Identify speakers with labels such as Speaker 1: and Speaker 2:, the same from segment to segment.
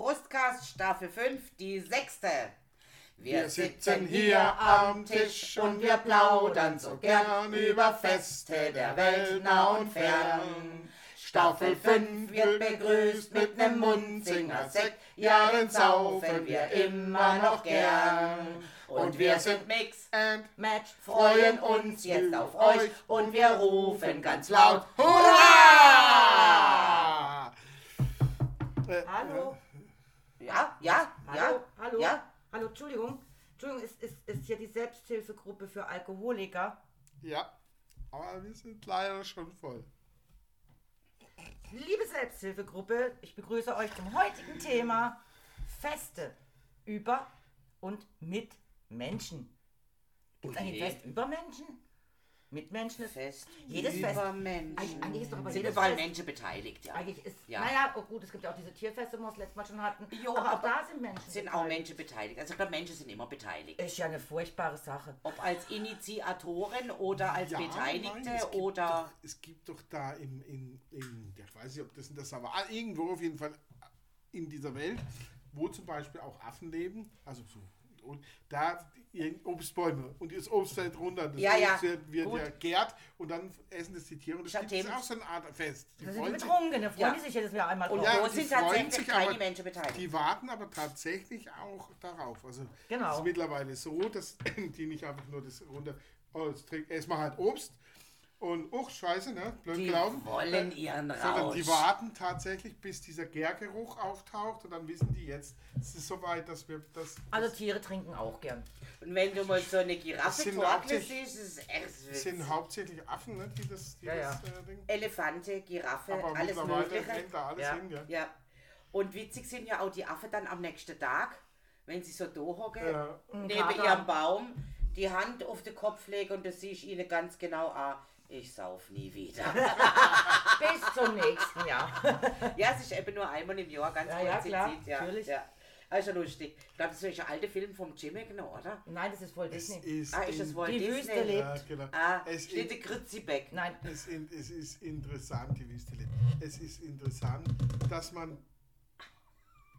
Speaker 1: Podcast, Staffel 5, die sechste.
Speaker 2: Wir sitzen hier am Tisch und wir plaudern so gern über Feste der Welt nah und fern. Staffel 5 wird begrüßt mit nem Munzinger Sekt, ja, den saufen wir immer noch gern.
Speaker 1: Und wir sind Mix
Speaker 2: and
Speaker 1: Match, freuen uns jetzt auf euch und wir rufen ganz laut Hurra!
Speaker 2: Hurra! Äh,
Speaker 3: Hallo,
Speaker 1: Ja, ja,
Speaker 3: hallo,
Speaker 1: ja,
Speaker 3: hallo,
Speaker 1: ja.
Speaker 3: hallo, Entschuldigung. Entschuldigung, ist, ist, ist hier die Selbsthilfegruppe für Alkoholiker.
Speaker 2: Ja, aber wir sind leider schon voll.
Speaker 3: Liebe Selbsthilfegruppe, ich begrüße euch zum heutigen Thema Feste über und mit Menschen. Gibt es eigentlich ein
Speaker 1: Nee.
Speaker 3: Fest über Menschen? Mit Menschen ist
Speaker 1: Fest.
Speaker 3: Jedes Fest.
Speaker 1: Über Menschen.
Speaker 3: Eigentlich- eigentlich ist doch aber
Speaker 1: sind
Speaker 3: jedes
Speaker 1: überall
Speaker 3: Fest-
Speaker 1: Menschen beteiligt, ja.
Speaker 3: eigentlich ist,
Speaker 1: Ja.
Speaker 3: naja, oh gut, es gibt ja auch diese Tierfeste, wo wir es letztes Mal schon hatten.
Speaker 1: Jo,
Speaker 3: aber auch
Speaker 1: aber-
Speaker 3: da sind Menschen.
Speaker 1: sind auch
Speaker 3: beteiligt.
Speaker 1: Menschen beteiligt. Also ich glaube, Menschen sind immer beteiligt.
Speaker 3: Ist ja eine furchtbare Sache.
Speaker 1: Ob als Initiatoren oder als Beteiligte
Speaker 2: nein, es gibt
Speaker 1: oder...
Speaker 2: Doch, es gibt doch da im, in, in, ja, ich weiß nicht, ob das in der Savane, irgendwo auf jeden Fall in dieser Welt, wo zum Beispiel auch Affen leben, also so, und da irgend- Obstbäume und das Obst fällt runter, das
Speaker 1: Ja, ja,
Speaker 2: Obst wird, wird
Speaker 1: gut.
Speaker 2: ja gärt und dann essen das die Tiere und
Speaker 1: Ich hab
Speaker 2: das gibt
Speaker 1: dem-
Speaker 2: es auch so eine Art Fest. Die
Speaker 3: Da sind die
Speaker 2: freuen sich.
Speaker 3: betrunken, da freuen
Speaker 1: Ja.
Speaker 3: die sich jedes Jahr einmal
Speaker 1: Und
Speaker 3: drauf.
Speaker 1: ja,
Speaker 2: Ja,
Speaker 1: wo
Speaker 2: die
Speaker 1: sind
Speaker 2: freuen
Speaker 1: tatsächlich
Speaker 2: sich,
Speaker 1: keine
Speaker 2: aber
Speaker 1: Menschen beteiligt?
Speaker 2: Die warten aber tatsächlich auch darauf. Also
Speaker 3: Genau.
Speaker 2: es ist mittlerweile so, dass die nicht einfach nur das runter. Oh, jetzt trink, erstmal halt Obst und uch, scheiße, ne? Blöd
Speaker 1: Die
Speaker 2: gelaufen.
Speaker 1: wollen
Speaker 2: Äh,
Speaker 1: ihren
Speaker 2: Sondern
Speaker 1: Rausch.
Speaker 2: die warten tatsächlich, bis dieser Gärgeruch auftaucht und dann wissen die jetzt, es ist soweit, dass wir das.
Speaker 3: Also Tiere trinken auch gern.
Speaker 1: Und wenn du mal so eine
Speaker 2: Das
Speaker 1: Giraffe
Speaker 2: sind
Speaker 1: torkeln
Speaker 2: hauptsächlich-
Speaker 1: siehst, ist es echt
Speaker 2: das
Speaker 1: witzig.
Speaker 2: sind hauptsächlich Affen, ne? Die das, die
Speaker 3: Ja,
Speaker 2: das Äh, Ding.
Speaker 1: Elefante, Giraffe,
Speaker 2: Aber
Speaker 1: alles
Speaker 2: mittlerweile
Speaker 1: Mögliche.
Speaker 2: rennt da alles
Speaker 3: Ja.
Speaker 2: hin, ja.
Speaker 1: Ja. Und witzig sind ja auch die Affen dann am nächsten Tag, wenn sie so da hocken,
Speaker 2: Ja.
Speaker 1: neben
Speaker 3: Kater.
Speaker 1: ihrem Baum, die Hand auf den Kopf legen und das sehe ich ihnen ganz genau an. Ich sauf nie wieder.
Speaker 3: Bis zum nächsten Jahr.
Speaker 1: ja, es ist eben nur einmal im Jahr ganz
Speaker 3: Ja,
Speaker 1: kurz
Speaker 3: ja,
Speaker 1: sie
Speaker 3: klar,
Speaker 1: zieht, ja,
Speaker 3: natürlich.
Speaker 1: Ja. Das ist ja lustig. Ich glaube, das ist ein alter Film vom Jim Henson, oder?
Speaker 3: Nein, das ist voll
Speaker 2: Es
Speaker 3: Disney.
Speaker 2: ist.
Speaker 1: Ah, ist das
Speaker 2: in-
Speaker 1: Walt
Speaker 3: Die
Speaker 1: Disney?
Speaker 3: Wüste lebt.
Speaker 2: ja, genau.
Speaker 1: Ah,
Speaker 2: es in-
Speaker 1: steht der Gritzibeck.
Speaker 3: Nein,
Speaker 2: Es, in, es ist interessant, die Wüstele. Es ist interessant, dass man.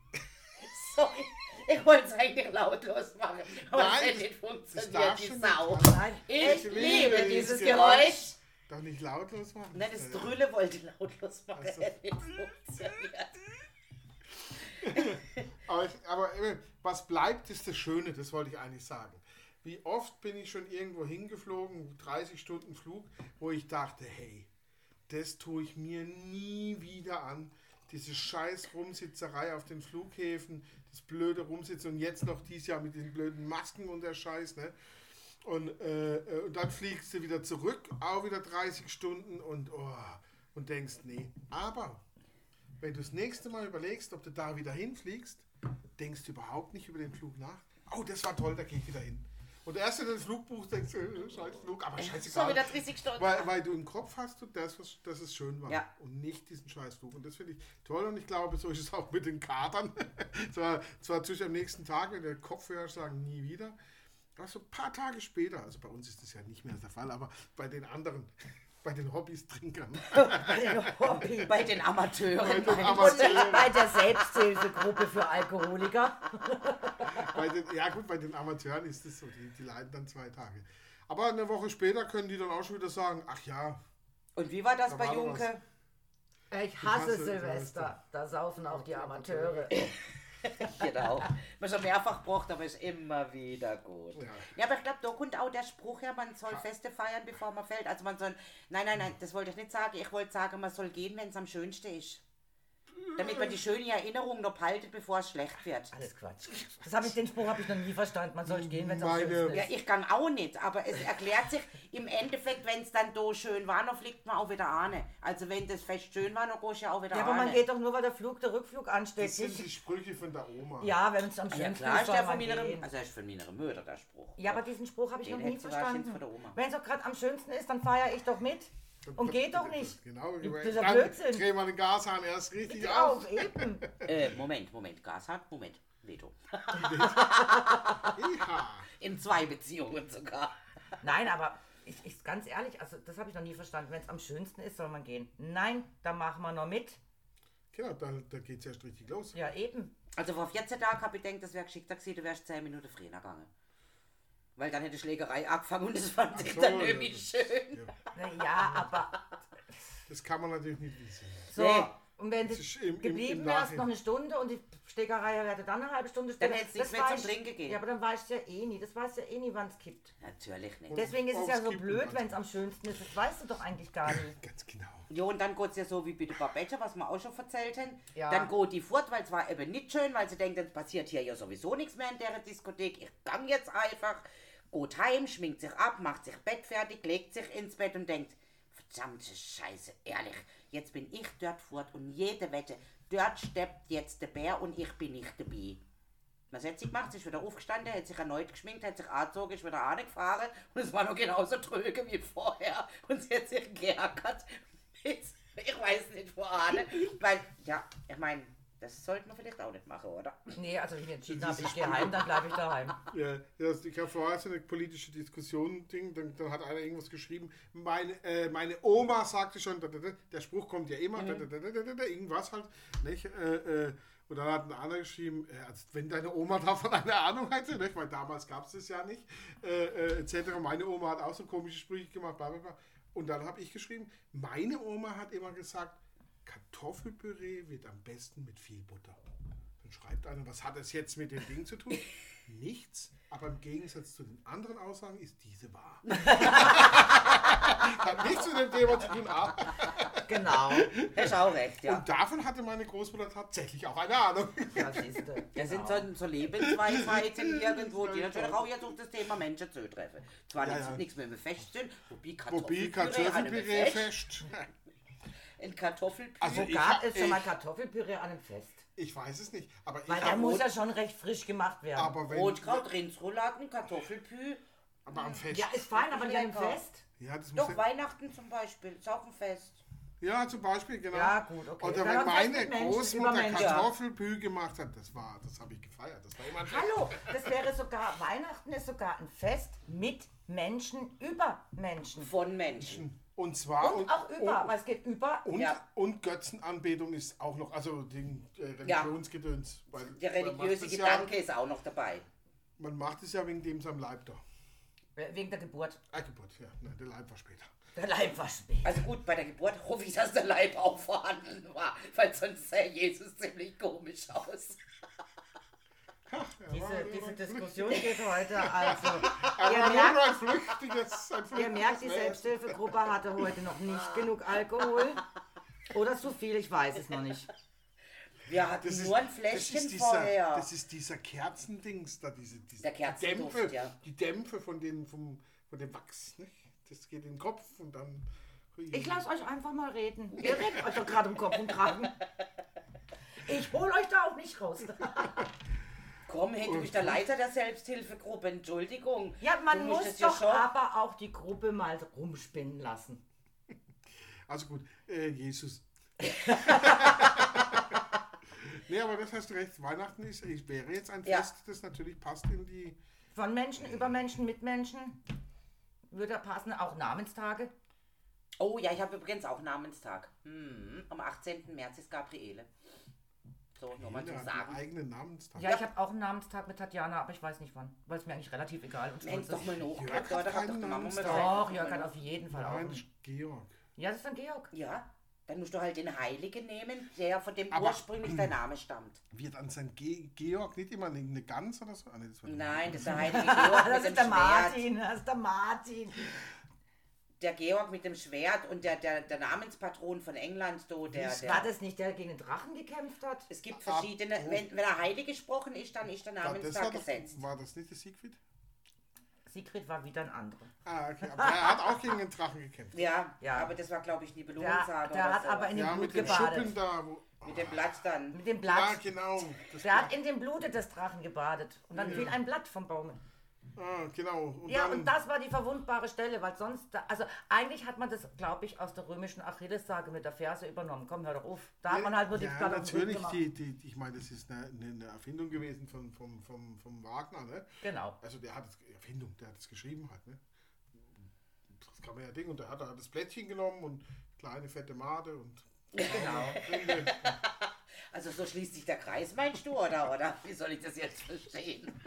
Speaker 1: Sorry, ich wollte es eigentlich lautlos machen, aber
Speaker 2: Nein,
Speaker 1: es hat
Speaker 2: das-
Speaker 1: nicht
Speaker 2: Das
Speaker 1: funktioniert,
Speaker 2: darf
Speaker 1: die
Speaker 2: schon
Speaker 1: Sau.
Speaker 2: Nicht, laut-
Speaker 3: nein.
Speaker 1: Ich
Speaker 2: Ich
Speaker 1: liebe
Speaker 2: liebe
Speaker 1: dieses
Speaker 2: dieses
Speaker 1: Geräusch.
Speaker 2: doch nicht lautlos machen.
Speaker 1: Nein, das Drülle wollte ich lautlos machen.
Speaker 2: Ach so.
Speaker 1: hat nicht funktioniert.
Speaker 2: aber, ich, aber äh, was bleibt, ist das Schöne, das wollte ich eigentlich sagen. Wie oft bin ich schon irgendwo hingeflogen, 30 Stunden Flug, wo ich dachte, hey, das tue ich mir nie wieder an. Diese scheiß Rumsitzerei auf den Flughäfen, das blöde Rumsitzen und jetzt noch dieses Jahr mit den blöden Masken und der Scheiß, ne? Und, äh, äh, und dann fliegst du wieder zurück, auch wieder 30 Stunden und, oh, und denkst, nee. Aber wenn du das nächste Mal überlegst, ob du da wieder hinfliegst, denkst du überhaupt nicht über den Flug nach. Oh, das war toll, da gehe ich wieder hin. Und erst wenn du den Flug buchst, denkst du, äh, scheiß Flug, aber scheißegal.
Speaker 1: So wieder 30 Stunden.
Speaker 2: Weil, weil du im Kopf hast, du das, was, dass es schön war.
Speaker 1: Ja.
Speaker 2: Und nicht diesen Scheißflug. Und das finde ich toll. Und ich glaube, so ist es auch mit den Katern. zwar, zwar natürlich am nächsten Tag, wenn der Kopfhörer sagen, nie wieder. Aber so ein paar Tage später, also bei uns ist das ja nicht mehr der Fall, aber bei den anderen, bei den Hobbys-Trinkern.
Speaker 3: Hobby.
Speaker 1: Bei den Amateuren.
Speaker 2: den
Speaker 3: Und
Speaker 2: Amateuren.
Speaker 3: nicht bei der Selbsthilfegruppe für Alkoholiker.
Speaker 2: bei den, ja gut, bei den Amateuren ist es so, die, die leiden dann zwei Tage. Aber eine Woche später können die dann auch schon wieder sagen, ach ja,
Speaker 1: Und wie war das
Speaker 2: Da
Speaker 1: bei
Speaker 2: war doch
Speaker 1: Junke?
Speaker 3: Ich
Speaker 2: hasse
Speaker 3: hasse
Speaker 2: Silvester.
Speaker 3: Silvester. Da saufen auch die Amateure.
Speaker 1: Genau. Man schon mehrfach braucht, aber ist immer wieder gut.
Speaker 2: Ja.
Speaker 1: Ja, aber ich glaube, da kommt auch der Spruch her, man soll Feste feiern, bevor man fällt. Also man soll. Nein, nein,
Speaker 3: Hm.
Speaker 1: nein, das wollte ich nicht sagen. Ich wollte sagen, man soll gehen, wenn es am schönsten ist. Damit man die schöne Erinnerung noch behaltet, bevor es schlecht wird.
Speaker 3: Hm. Alles Quatsch. Das habe ich, den Spruch habe ich noch nie verstanden. Man soll gehen, wenn es am
Speaker 2: Meine-
Speaker 3: schönsten
Speaker 1: Ja,
Speaker 3: ist.
Speaker 1: ich gang auch nicht, aber es erklärt sich im Endeffekt, wenn es dann do schön war, noch fliegt man auch wieder an. Also wenn das Fest schön war, noch gehst du ja auch wieder
Speaker 3: Ja, aber
Speaker 1: an.
Speaker 3: man geht doch nur, weil der Flug, der Rückflug ansteht.
Speaker 2: das sind die
Speaker 3: Nicht,
Speaker 2: Sprüche von der Oma.
Speaker 3: ja, wenn es am
Speaker 1: Ah ja,
Speaker 3: schönsten
Speaker 1: klar,
Speaker 3: ist,
Speaker 1: ist
Speaker 3: soll
Speaker 1: der von
Speaker 3: man
Speaker 1: meiner,
Speaker 3: gehen.
Speaker 1: also er ist von meiner Mutter der Spruch.
Speaker 3: Ja, aber diesen Spruch habe ich
Speaker 1: Den
Speaker 3: noch nie
Speaker 1: hättest du wahrscheinlich von der
Speaker 3: verstanden.
Speaker 1: Oma.
Speaker 3: Wenn es doch gerade am schönsten ist, dann feiere ich doch mit. Und geht doch nicht.
Speaker 2: Genau,
Speaker 3: Das ist ja
Speaker 2: dann
Speaker 3: Blödsinn.
Speaker 2: dreh mal den Gashahn erst richtig
Speaker 3: Ich
Speaker 2: auf.
Speaker 3: auch, eben.
Speaker 1: Äh, Moment, Moment, Gas hat, Moment, Veto.
Speaker 2: Iha.
Speaker 1: In zwei Beziehungen sogar.
Speaker 3: Nein, aber ich, ich ganz ehrlich, also das habe ich noch nie verstanden. Wenn es am schönsten ist, soll man gehen. Nein, da machen wir noch mit.
Speaker 2: Genau, da, da geht es erst richtig los.
Speaker 3: Ja, eben.
Speaker 1: Also vor 14 Tagen habe ich gedacht, das wäre geschickter gewesen, du wärst 10 Minuten früher gegangen. Weil dann hätte Schlägerei angefangen und das fand ich
Speaker 2: So,
Speaker 1: dann
Speaker 2: ja,
Speaker 1: irgendwie
Speaker 2: das-
Speaker 1: schön.
Speaker 2: Ja,
Speaker 3: Na Ja, aber
Speaker 2: das kann man natürlich nicht wissen.
Speaker 3: so.
Speaker 1: Nee.
Speaker 3: Und wenn du
Speaker 2: Das ist im- im-
Speaker 3: geblieben
Speaker 2: im
Speaker 3: wärst,
Speaker 2: Nachhinein.
Speaker 3: noch eine Stunde und die Stegerei wäre dann eine halbe Stunde
Speaker 1: Dann
Speaker 3: später.
Speaker 1: hätt's nichts
Speaker 3: das
Speaker 1: mehr zum
Speaker 3: weiß-
Speaker 1: Trinken gegeben.
Speaker 3: Ja, aber dann weißt du ja eh nie. Das weißt du ja eh nie, wann es kippt.
Speaker 1: Natürlich nicht.
Speaker 2: Und-
Speaker 3: Deswegen ist es
Speaker 2: aufs
Speaker 3: ja so
Speaker 2: Kippen
Speaker 3: blöd,
Speaker 2: warten.
Speaker 3: wenn es am schönsten ist. Das weißt du doch eigentlich gar nicht.
Speaker 2: Ganz genau.
Speaker 1: Jo, und dann geht es ja so wie bei der Babette, was wir auch schon erzählt haben.
Speaker 3: Ja.
Speaker 1: Dann geht die fort, weil es war eben nicht schön, weil sie denkt, es passiert hier ja sowieso nichts mehr in der Diskothek. Ich gang jetzt einfach, geht heim, schminkt sich ab, macht sich Bett fertig, legt sich ins Bett und denkt, verdammte Scheiße, ehrlich, jetzt bin ich dort fort und jede Wette, dort steppt jetzt der Bär und ich bin nicht dabei. Was hat sie gemacht? Sie ist wieder aufgestanden, hat sich erneut geschminkt, hat sich angezogen, ist wieder angefahren und es war noch genauso tröge wie vorher. Und sie hat sich geärgert. mit- Ich weiß nicht, wo Arne. Weil, ja, ich meine, das sollten wir vielleicht auch nicht machen, oder?
Speaker 3: Nee, also wenn ich mich entschieden
Speaker 2: Das
Speaker 3: habe,
Speaker 2: ist
Speaker 3: ich gehe heim, dann bleibe ich daheim.
Speaker 2: Ja, das, ich habe vorher so eine politische Diskussion-Ding, dann, dann hat einer irgendwas geschrieben. Meine, äh, meine Oma sagte schon, da, da, da, der Spruch kommt ja immer, da, da, da, da, da, da, irgendwas halt. Nicht? Äh, äh, und dann hat ein anderer geschrieben, äh, als wenn deine Oma davon eine Ahnung hätte, nicht? weil damals gab es das ja nicht, äh, äh, etc. Meine Oma hat auch so komische Sprüche gemacht, bla bla bla. Und dann habe ich geschrieben, meine Oma hat immer gesagt, Kartoffelpüree wird am besten mit viel Butter. Dann schreibt einer, was hat es jetzt mit dem Ding zu tun? Nichts, aber im Gegensatz zu den anderen Aussagen ist diese wahr. hat nichts mit dem Thema zu tun, aber
Speaker 3: Genau.
Speaker 1: Das ist auch recht, ja.
Speaker 2: und davon hatte meine Großmutter tatsächlich auch eine Ahnung.
Speaker 3: Ja, siehst du.
Speaker 1: Das sind so, so Lebensweisheiten irgendwo, die natürlich auch jetzt auf das Thema Menschen zutreffen. Zwar
Speaker 2: Ja,
Speaker 1: nichts,
Speaker 2: ja.
Speaker 1: nichts mit dem Fest sind, wobei
Speaker 2: Wobei
Speaker 1: Kartoffelpüree, Kartoffelpüree
Speaker 2: Kartoffelpüree fest.
Speaker 1: ein Kartoffelpüree.
Speaker 2: Also
Speaker 3: Wo
Speaker 2: ich
Speaker 3: gab
Speaker 2: hab-
Speaker 3: es schon mal
Speaker 2: ich-
Speaker 3: Kartoffelpüree an einem Fest?
Speaker 2: Ich weiß es nicht, aber ich
Speaker 3: Weil der
Speaker 2: hab-
Speaker 3: muss ja schon recht frisch gemacht werden.
Speaker 2: aber wenn
Speaker 1: Rotkraut, Rindsrouladen, Kartoffelpü.
Speaker 2: aber am Fest.
Speaker 3: ja, ist fein, aber nicht an einem
Speaker 1: Lecker.
Speaker 3: Fest.
Speaker 2: Ja, das muss
Speaker 1: Doch,
Speaker 2: ja,
Speaker 1: Weihnachten zum Beispiel, ist auch ein Fest.
Speaker 2: ja, zum Beispiel, genau.
Speaker 3: Ja, gut, okay.
Speaker 2: Oder
Speaker 3: Dann
Speaker 2: wenn
Speaker 3: am Fest
Speaker 2: meine
Speaker 3: mit Menschen, über
Speaker 2: Großmutter
Speaker 3: Menschen.
Speaker 2: Kartoffelpü gemacht hat, das war, das habe ich gefeiert. Das war immer ein Fest.
Speaker 3: Hallo, das wäre sogar, Weihnachten ist sogar ein Fest mit Menschen über Menschen.
Speaker 1: Von Menschen.
Speaker 2: Und zwar
Speaker 3: Und auch über, weil es geht über.
Speaker 2: Und,
Speaker 1: Ja.
Speaker 2: und Götzenanbetung ist auch noch, also den äh,
Speaker 1: Ja.
Speaker 2: Religionsgedöns. weil
Speaker 1: Der
Speaker 2: man macht
Speaker 1: religiöse
Speaker 2: es ja,
Speaker 1: Gedanke ist auch noch dabei.
Speaker 2: Man macht es ja wegen dem seinem Leib da.
Speaker 3: Äh, Wegen der Geburt.
Speaker 2: Ah, Geburt, ja. Nein, der Leib war später.
Speaker 3: Der Leib war spät.
Speaker 1: Also gut, bei der Geburt hoffe ich, dass der Leib auch vorhanden war, weil sonst sah Jesus ziemlich komisch aus.
Speaker 3: Diese, diese Diskussion geht heute also.
Speaker 2: Aber nur
Speaker 3: Ihr
Speaker 2: noch
Speaker 3: merkt,
Speaker 2: ein flüchtiges, ein
Speaker 3: ihr
Speaker 2: flüchtiges
Speaker 3: merkt, die
Speaker 2: Wesen.
Speaker 3: Selbsthilfegruppe hatte heute noch nicht genug Alkohol. Oder zu viel, ich weiß es noch nicht.
Speaker 1: Wir hatten
Speaker 2: Das ist,
Speaker 1: nur ein
Speaker 2: das
Speaker 1: Fläschchen
Speaker 2: ist dieser,
Speaker 1: vorher.
Speaker 2: Das ist dieser Kerzendings da, diese, diese
Speaker 1: Der
Speaker 2: die
Speaker 1: Kerzenduft,
Speaker 2: Dämpfe,
Speaker 1: ja.
Speaker 2: die Dämpfe von, den, vom, von dem Wachs. Nicht? Das geht in den Kopf und dann.
Speaker 3: Ich lasse euch einfach mal reden. Ihr redet euch doch gerade im Kopf und Kragen. Ich hol euch da auch nicht raus.
Speaker 1: Komm, hey, du bist der Leiter der Selbsthilfegruppe, Entschuldigung.
Speaker 3: Ja, man
Speaker 1: du musst
Speaker 3: muss
Speaker 1: es ja
Speaker 3: doch aber auch die Gruppe mal rumspinnen lassen.
Speaker 2: Also gut, äh, Jesus. nee, aber das hast du recht. Weihnachten ist, ich wäre jetzt ein
Speaker 1: Ja.
Speaker 2: Fest, das natürlich passt in die.
Speaker 3: Von Menschen, über Menschen, mit Menschen. Würde passen, auch Namenstage.
Speaker 1: Oh ja, ich habe übrigens auch Namenstag. Hm, am 18. März ist Gabriele. So, nur mal
Speaker 2: Jeder
Speaker 1: zum
Speaker 2: hat einen
Speaker 1: Sagen.
Speaker 2: eigenen Namenstag.
Speaker 3: Ja, ich habe auch einen Namenstag mit Tatjana, aber ich weiß nicht wann, weil es mir eigentlich relativ egal und
Speaker 1: Mensch,
Speaker 3: sonst
Speaker 1: doch mal
Speaker 2: Jörg
Speaker 1: hochgeguckt,
Speaker 2: hat
Speaker 1: oder? Hat doch
Speaker 2: keinen
Speaker 1: die Mama mal
Speaker 2: Namenstag.
Speaker 3: Doch,
Speaker 1: gesagt.
Speaker 3: Jörg hat auf jeden Fall auch.
Speaker 2: Nein,
Speaker 3: einen.
Speaker 2: Georg.
Speaker 3: Ja, das ist dann Georg.
Speaker 1: Ja, dann musst du halt den Heiligen nehmen, der von dem
Speaker 2: Aber-
Speaker 1: ursprünglich der Name stammt.
Speaker 2: Wird an sein Ge Georg nicht immer eine Gans oder so? Ah, nee, das war der
Speaker 1: Nein, das ist der Heilige Georg
Speaker 3: das
Speaker 1: mit
Speaker 3: ist
Speaker 1: dem
Speaker 3: der
Speaker 1: Schwert.
Speaker 3: Martin, das ist der Martin.
Speaker 1: Der Georg mit dem Schwert und der, der, der Namenspatron von England, so der,
Speaker 3: War
Speaker 1: der.
Speaker 3: das nicht der, der gegen den Drachen gekämpft hat?
Speaker 1: Es gibt verschiedene. Wenn, wenn er heilig gesprochen ist, dann ist der
Speaker 2: War das, war,
Speaker 1: Namenstag gesetzt.
Speaker 2: doch, war das nicht der Siegfried?
Speaker 3: Siegfried war wieder ein anderer.
Speaker 2: Ah, okay. Aber er hat auch gegen den Drachen gekämpft.
Speaker 1: Ja,
Speaker 3: Ja.
Speaker 1: aber das war, glaube ich, eine
Speaker 3: Der,
Speaker 1: Belohnungssage.
Speaker 3: der
Speaker 1: oder
Speaker 3: hat
Speaker 1: so.
Speaker 3: aber in dem
Speaker 2: Ja,
Speaker 3: Blut
Speaker 2: mit dem
Speaker 3: gebadet.
Speaker 2: Schuppen da. Wo,
Speaker 1: Mit dem Blatt dann.
Speaker 3: Mit
Speaker 2: ja,
Speaker 3: dem Blatt.
Speaker 2: genau. Das
Speaker 3: Der hat in dem Blute des Drachen gebadet. Und dann fiel ein Blatt vom Baum.
Speaker 2: ah, genau. Und
Speaker 3: Ja,
Speaker 2: dann,
Speaker 3: und das war die verwundbare Stelle, weil sonst, da, also eigentlich hat man das, glaube ich, aus der römischen Achillessage mit der Ferse übernommen. Komm, hör doch auf. Da hat man halt nur die
Speaker 2: ja,
Speaker 3: Platte auf den Rücken
Speaker 2: natürlich,
Speaker 3: gemacht.
Speaker 2: die, die, ich meine, das ist eine, eine, eine Erfindung gewesen von, vom, vom, vom Wagner, ne?
Speaker 3: Genau.
Speaker 2: Also der hat es, Erfindung, der hat es geschrieben hat, ne? Das kann man ja Ding und der hat, hat das Blättchen genommen und kleine fette Made und
Speaker 3: Genau.
Speaker 2: Rinde.
Speaker 1: Also so schließt sich der Kreis, meinst du, oder? Oder wie soll ich das jetzt verstehen?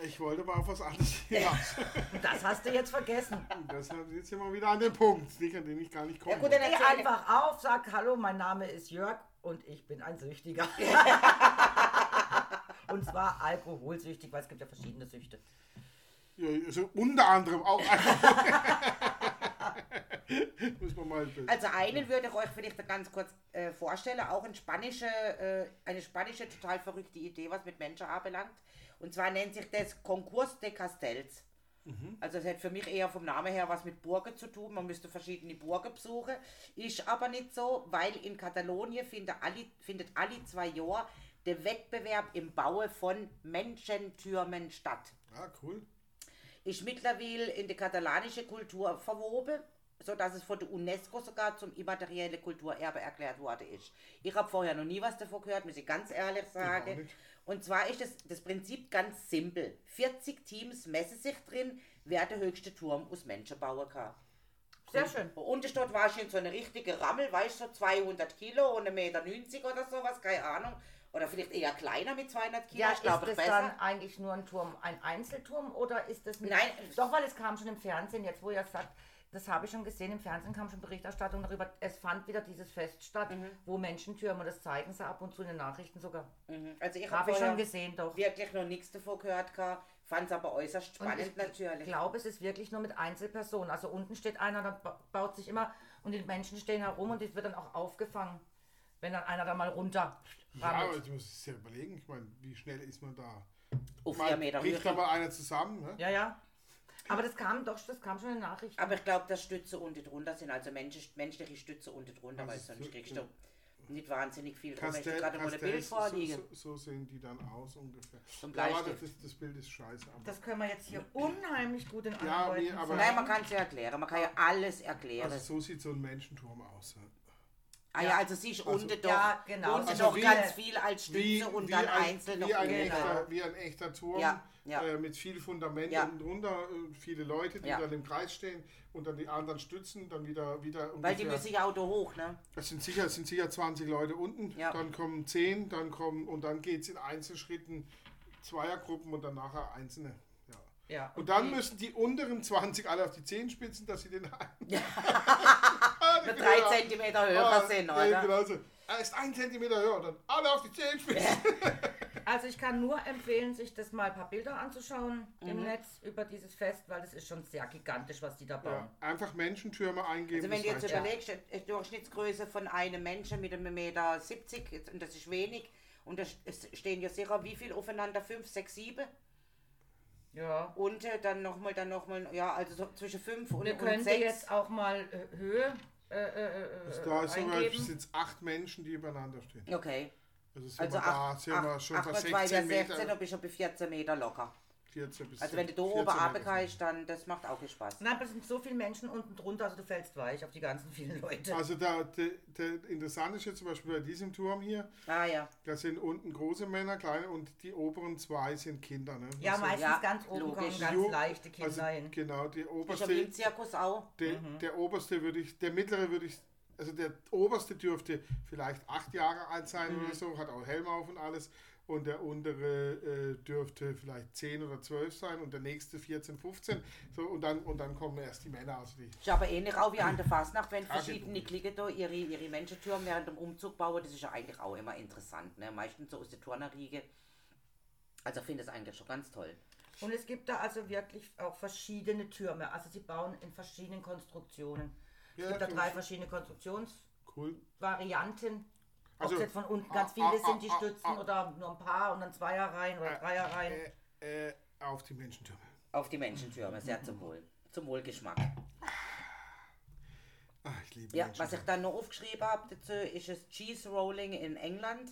Speaker 2: Ich wollte mal auf was anderes hinaus.
Speaker 3: Das hast du jetzt vergessen.
Speaker 2: Und deshalb jetzt sind wir wieder an dem Punkt, Nick, an den ich gar nicht komme.
Speaker 1: Ja, gut, dann
Speaker 3: Steh
Speaker 1: erzähl einfach.
Speaker 3: einfach auf, sag Hallo, mein Name ist Jörg und ich bin ein Süchtiger. und zwar alkoholsüchtig, weil es gibt ja verschiedene Süchte.
Speaker 2: ja, also unter anderem auch einfach. Muss man mal.
Speaker 1: Also einen würde ich euch vielleicht ganz kurz äh, vorstellen, auch ein spanische, äh, eine spanische total verrückte Idee, was mit Menschen anbelangt. Und zwar nennt sich das Konkurs de Castells. Also es hat für mich eher vom Namen her was mit Burgen zu tun. Man müsste verschiedene Burgen besuchen. Ist aber nicht so, weil in Katalonien findet alle, findet alle zwei Jahre der Wettbewerb im Baue von Menschentürmen statt
Speaker 2: Ja, cool.
Speaker 1: ist mittlerweile in die katalanische Kultur verwoben, sodass es von der UNESCO sogar zum immateriellen Kulturerbe erklärt worden ist. Ich habe vorher noch nie was davon gehört, muss ich ganz ehrlich
Speaker 2: Ich auch
Speaker 1: sagen.
Speaker 2: nicht.
Speaker 1: Und zwar ist das, das Prinzip ganz simpel. 40 Teams messen sich drin, wer der höchste Turm aus Menschen bauen kann.
Speaker 3: Sehr schön.
Speaker 1: Und ich dort war schon so eine richtige Rammel, weißt du, so 200 Kilo und 1,90 Meter oder sowas, keine Ahnung. Oder vielleicht eher kleiner mit 200 Kilo,
Speaker 3: Ja,
Speaker 1: ich glaube
Speaker 3: ist das
Speaker 1: besser.
Speaker 3: dann eigentlich nur ein Turm, ein Einzelturm oder ist das ein-
Speaker 1: Nein.
Speaker 3: Doch, weil es kam schon im Fernsehen, jetzt wo ihr sagt, das habe ich schon gesehen, im Fernsehen kam schon Berichterstattung darüber, es fand wieder dieses Fest statt, wo Menschentürme, das zeigen sie ab und zu in den Nachrichten sogar.
Speaker 1: Mhm. Also ich
Speaker 3: Habe ich schon
Speaker 1: vorher-
Speaker 3: gesehen, doch.
Speaker 1: wirklich noch nichts davon gehört, fand es aber äußerst
Speaker 3: Und
Speaker 1: spannend
Speaker 3: ich
Speaker 1: natürlich.
Speaker 3: glaube, es ist wirklich nur mit Einzelpersonen. Also unten steht einer, dann ba- baut sich immer und die Menschen stehen herum und das wird dann auch aufgefangen, wenn dann einer da mal runter
Speaker 2: Ja, aber
Speaker 3: rammelt.
Speaker 2: jetzt muss ich es ja überlegen. Ich meine, wie schnell ist man da?
Speaker 1: Auf
Speaker 2: Mal
Speaker 1: vier Meter
Speaker 2: bricht da
Speaker 1: Höhe.
Speaker 2: mal einer zusammen, ne?
Speaker 3: Ja, ja. Aber das kam doch, das kam schon in den Nachrichten.
Speaker 1: Aber ich glaube, dass Stütze unten drunter sind, also Mensch, menschliche Stütze unten drunter, weil
Speaker 2: ist
Speaker 1: sonst
Speaker 2: so-
Speaker 1: kriegst du nicht wahnsinnig viel rum. Ich
Speaker 2: Kastell,
Speaker 1: gerade mal ein
Speaker 2: Kastell,
Speaker 1: Bild
Speaker 2: so,
Speaker 1: vorliegen.
Speaker 2: so, so sehen die dann aus ungefähr.
Speaker 1: Zum
Speaker 2: Ja, warte,
Speaker 1: Bleistift.
Speaker 2: das, das Bild ist scheiße. Aber
Speaker 3: Das können wir jetzt hier unheimlich gut in anderen
Speaker 2: Ja,
Speaker 3: Leuten
Speaker 2: nee, aber-
Speaker 3: zeigen.
Speaker 1: Nein, man kann es ja erklären, man kann ja alles erklären.
Speaker 2: also so sieht so ein Menschenturm aus. Ne?
Speaker 1: ah ja, also sie ist unten doch,
Speaker 3: Ja, genau.
Speaker 1: unten
Speaker 2: Also
Speaker 1: doch
Speaker 2: wie-
Speaker 1: ganz viel als Stütze
Speaker 2: Wie,
Speaker 1: und
Speaker 2: wie,
Speaker 1: dann
Speaker 2: ein,
Speaker 1: einzeln noch
Speaker 2: wie, ein
Speaker 1: oben.
Speaker 2: echter, wie ein echter Turm
Speaker 1: Ja, ja.
Speaker 2: Äh, mit viel Fundament
Speaker 1: Ja.
Speaker 2: unten drunter, äh, viele Leute, die
Speaker 1: Ja.
Speaker 2: dann im Kreis stehen und dann die anderen stützen, dann wieder wieder
Speaker 1: Weil die
Speaker 2: ungefähr-
Speaker 1: müssen ja auch da hoch, ne?
Speaker 2: Es sind sicher, es sind sicher 20 Leute unten,
Speaker 1: Ja.
Speaker 2: dann kommen 10, dann kommen und dann geht es in Einzelschritten, Zweiergruppen und dann nachher einzelne. Ja.
Speaker 3: Ja,
Speaker 2: Und dann
Speaker 3: die-
Speaker 2: müssen die unteren 20 alle auf die Zehenspitzen, dass sie den Ah, einen.
Speaker 1: Nur drei Zentimeter höher sind,
Speaker 2: Ja,
Speaker 1: oder?
Speaker 2: genau so. Er ist ein Zentimeter höher, dann alle auf die Zehenspitzen.
Speaker 3: Also ich kann nur empfehlen, sich das mal ein paar Bilder anzuschauen im Netz über dieses Fest, weil es ist schon sehr gigantisch, was die da bauen.
Speaker 2: Mhm. Ja, einfach Menschentürme eingeben.
Speaker 1: Also wenn
Speaker 2: das
Speaker 1: du jetzt
Speaker 2: reicht.
Speaker 1: überlegst, eine Durchschnittsgröße von einem Menschen mit einem Meter 70, jetzt- und das ist wenig, und da st- es stehen ja sicher wie viel aufeinander, 5, 6, 7
Speaker 3: ja.
Speaker 1: und äh, dann nochmal, dann nochmal, ja, also so zwischen 5 und,
Speaker 3: Wir
Speaker 1: und
Speaker 3: können
Speaker 1: 6.
Speaker 3: jetzt auch mal äh, Höhe äh, äh, äh,
Speaker 2: da ist sogar,
Speaker 3: eingeben.
Speaker 2: sind es acht Menschen, die übereinander stehen.
Speaker 1: Okay,
Speaker 2: Das ist
Speaker 1: also
Speaker 2: also da sind wir
Speaker 1: 8
Speaker 2: schon bei
Speaker 1: mal 2 wäre
Speaker 2: 16
Speaker 1: 16, dann
Speaker 2: Meter.
Speaker 1: bist du bei 14 Meter locker.
Speaker 2: 14 bis
Speaker 1: Also wenn du da
Speaker 2: 14
Speaker 1: oben
Speaker 2: Meter.
Speaker 1: runtergehst, dann, das macht auch viel Spaß.
Speaker 3: Nein, aber es sind so viele Menschen unten drunter, also du fällst weich auf die ganzen vielen
Speaker 1: äh.
Speaker 3: Leute.
Speaker 2: Also da, der, der interessant ist jetzt zum Beispiel bei diesem Turm hier,
Speaker 1: Ah ja,
Speaker 2: da sind unten große Männer, kleine und die oberen zwei sind Kinder. Ne?
Speaker 3: ja,
Speaker 2: Also
Speaker 3: meistens
Speaker 1: ja,
Speaker 3: ganz oben
Speaker 1: logisch.
Speaker 3: kommen ganz
Speaker 2: Ju-
Speaker 3: leichte Kinder
Speaker 2: also
Speaker 3: hin.
Speaker 2: Genau, die
Speaker 1: ich habe im
Speaker 2: oberste,
Speaker 1: Zirkus auch.
Speaker 2: der,
Speaker 3: Mhm.
Speaker 2: der oberste würde ich, der mittlere würde ich, also der oberste dürfte vielleicht acht Jahre alt sein
Speaker 3: Mhm.
Speaker 2: oder so, hat auch Helm auf und alles. Und der untere äh, dürfte vielleicht 10 oder 12 sein und der nächste 14, 15. So, und, dann, und dann kommen erst die Männer, also die
Speaker 1: Ist aber ähnlich auch wie an der Fasnacht, wenn
Speaker 2: Tage
Speaker 1: verschiedene
Speaker 2: dunkel.
Speaker 1: Klicken da ihre, ihre Menschentürme während dem Umzug bauen, das ist ja eigentlich auch immer interessant. Ne? Meistens so aus der Turnerriege. Also finde es eigentlich schon ganz toll.
Speaker 3: Und es gibt da also wirklich auch verschiedene Türme. Also sie bauen in verschiedenen Konstruktionen. Es
Speaker 2: Ja,
Speaker 3: gibt da
Speaker 2: klar.
Speaker 3: drei verschiedene Konstruktionsvarianten.
Speaker 2: cool.
Speaker 3: Ob
Speaker 2: Also,
Speaker 3: es jetzt von unten
Speaker 2: ah,
Speaker 3: ganz
Speaker 2: ah,
Speaker 3: viele
Speaker 2: ah,
Speaker 3: sind, die
Speaker 2: ah,
Speaker 3: stützen
Speaker 2: ah.
Speaker 3: oder nur ein paar und dann Zweierreihen oder Dreierreihen.
Speaker 2: Äh, auf die Menschentürme.
Speaker 1: Auf die Menschentürme, sehr zum Wohl. Zum Wohlgeschmack.
Speaker 2: Ah, ich liebe
Speaker 1: Ja, was ich
Speaker 2: Menschentürme.
Speaker 1: dann noch aufgeschrieben habe dazu, ist es Cheese Rolling in England,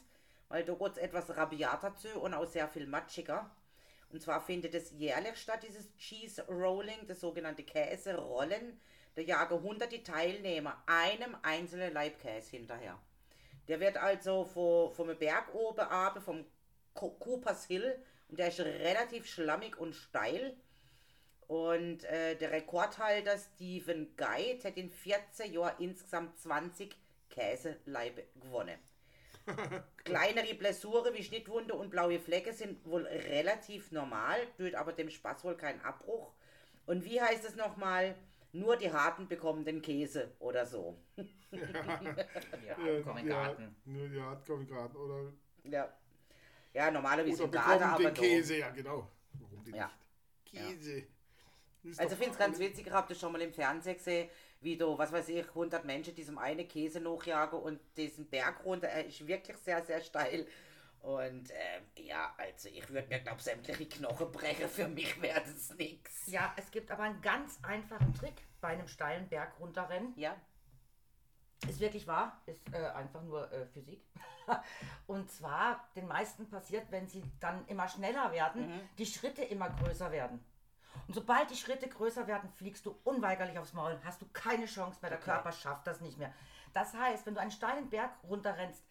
Speaker 1: weil da geht es etwas rabiater zu und auch sehr viel matschiger. Und zwar findet es jährlich statt, dieses Cheese Rolling, das sogenannte Käserollen. Da jagen hunderte Teilnehmer einem einzelnen Leibkäse hinterher. Der wird also vom, vom Berg oben ab, vom Co Coopers Hill, und der ist relativ schlammig und steil. Und äh, der Rekordhalter Stephen Guy hat in 14 Jahren insgesamt 20 Käseleibe gewonnen. Kleinere Blessuren wie Schnittwunde und blaue Flecke sind wohl relativ normal, tut aber dem Spaß wohl keinen Abbruch. Und wie heißt es nochmal? Nur die Harten bekommen den Käse oder so.
Speaker 3: Ja,
Speaker 2: Äh,
Speaker 3: komm in den
Speaker 2: ja,
Speaker 3: Garten.
Speaker 2: nur die Hardcore-Garten oder,
Speaker 1: Ja, ja normalerweise
Speaker 2: oder
Speaker 1: im Garten,
Speaker 2: bekommen
Speaker 1: aber
Speaker 2: den
Speaker 1: doch.
Speaker 2: Käse, ja genau. Warum den
Speaker 1: Ja.
Speaker 2: nicht? Käse. Ist
Speaker 1: Also
Speaker 2: doch
Speaker 1: finde es ganz witzig, habt ihr schon mal im Fernsehen gesehen, wie du, was weiß ich, 100 Menschen diesem einen Käse nachjagen und diesen Berg runter, er ist wirklich sehr, sehr steil. Und ähm, ja, also ich würde mir, glaube sämtliche Knochen brechen, für mich wäre das nix.
Speaker 3: Ja, es gibt aber einen ganz einfachen Trick bei einem steilen Berg runterrennen.
Speaker 1: Ja,
Speaker 3: Ist wirklich wahr, ist äh, einfach nur äh, Physik. Und zwar, den meisten passiert, wenn sie dann immer schneller werden,
Speaker 2: Mhm.
Speaker 3: die Schritte immer größer werden. Und sobald die Schritte größer werden, fliegst du unweigerlich aufs Maul, hast du keine Chance mehr, der
Speaker 1: Okay.
Speaker 3: Körper schafft das nicht mehr. Das heißt, wenn du einen steilen Berg runterrennst,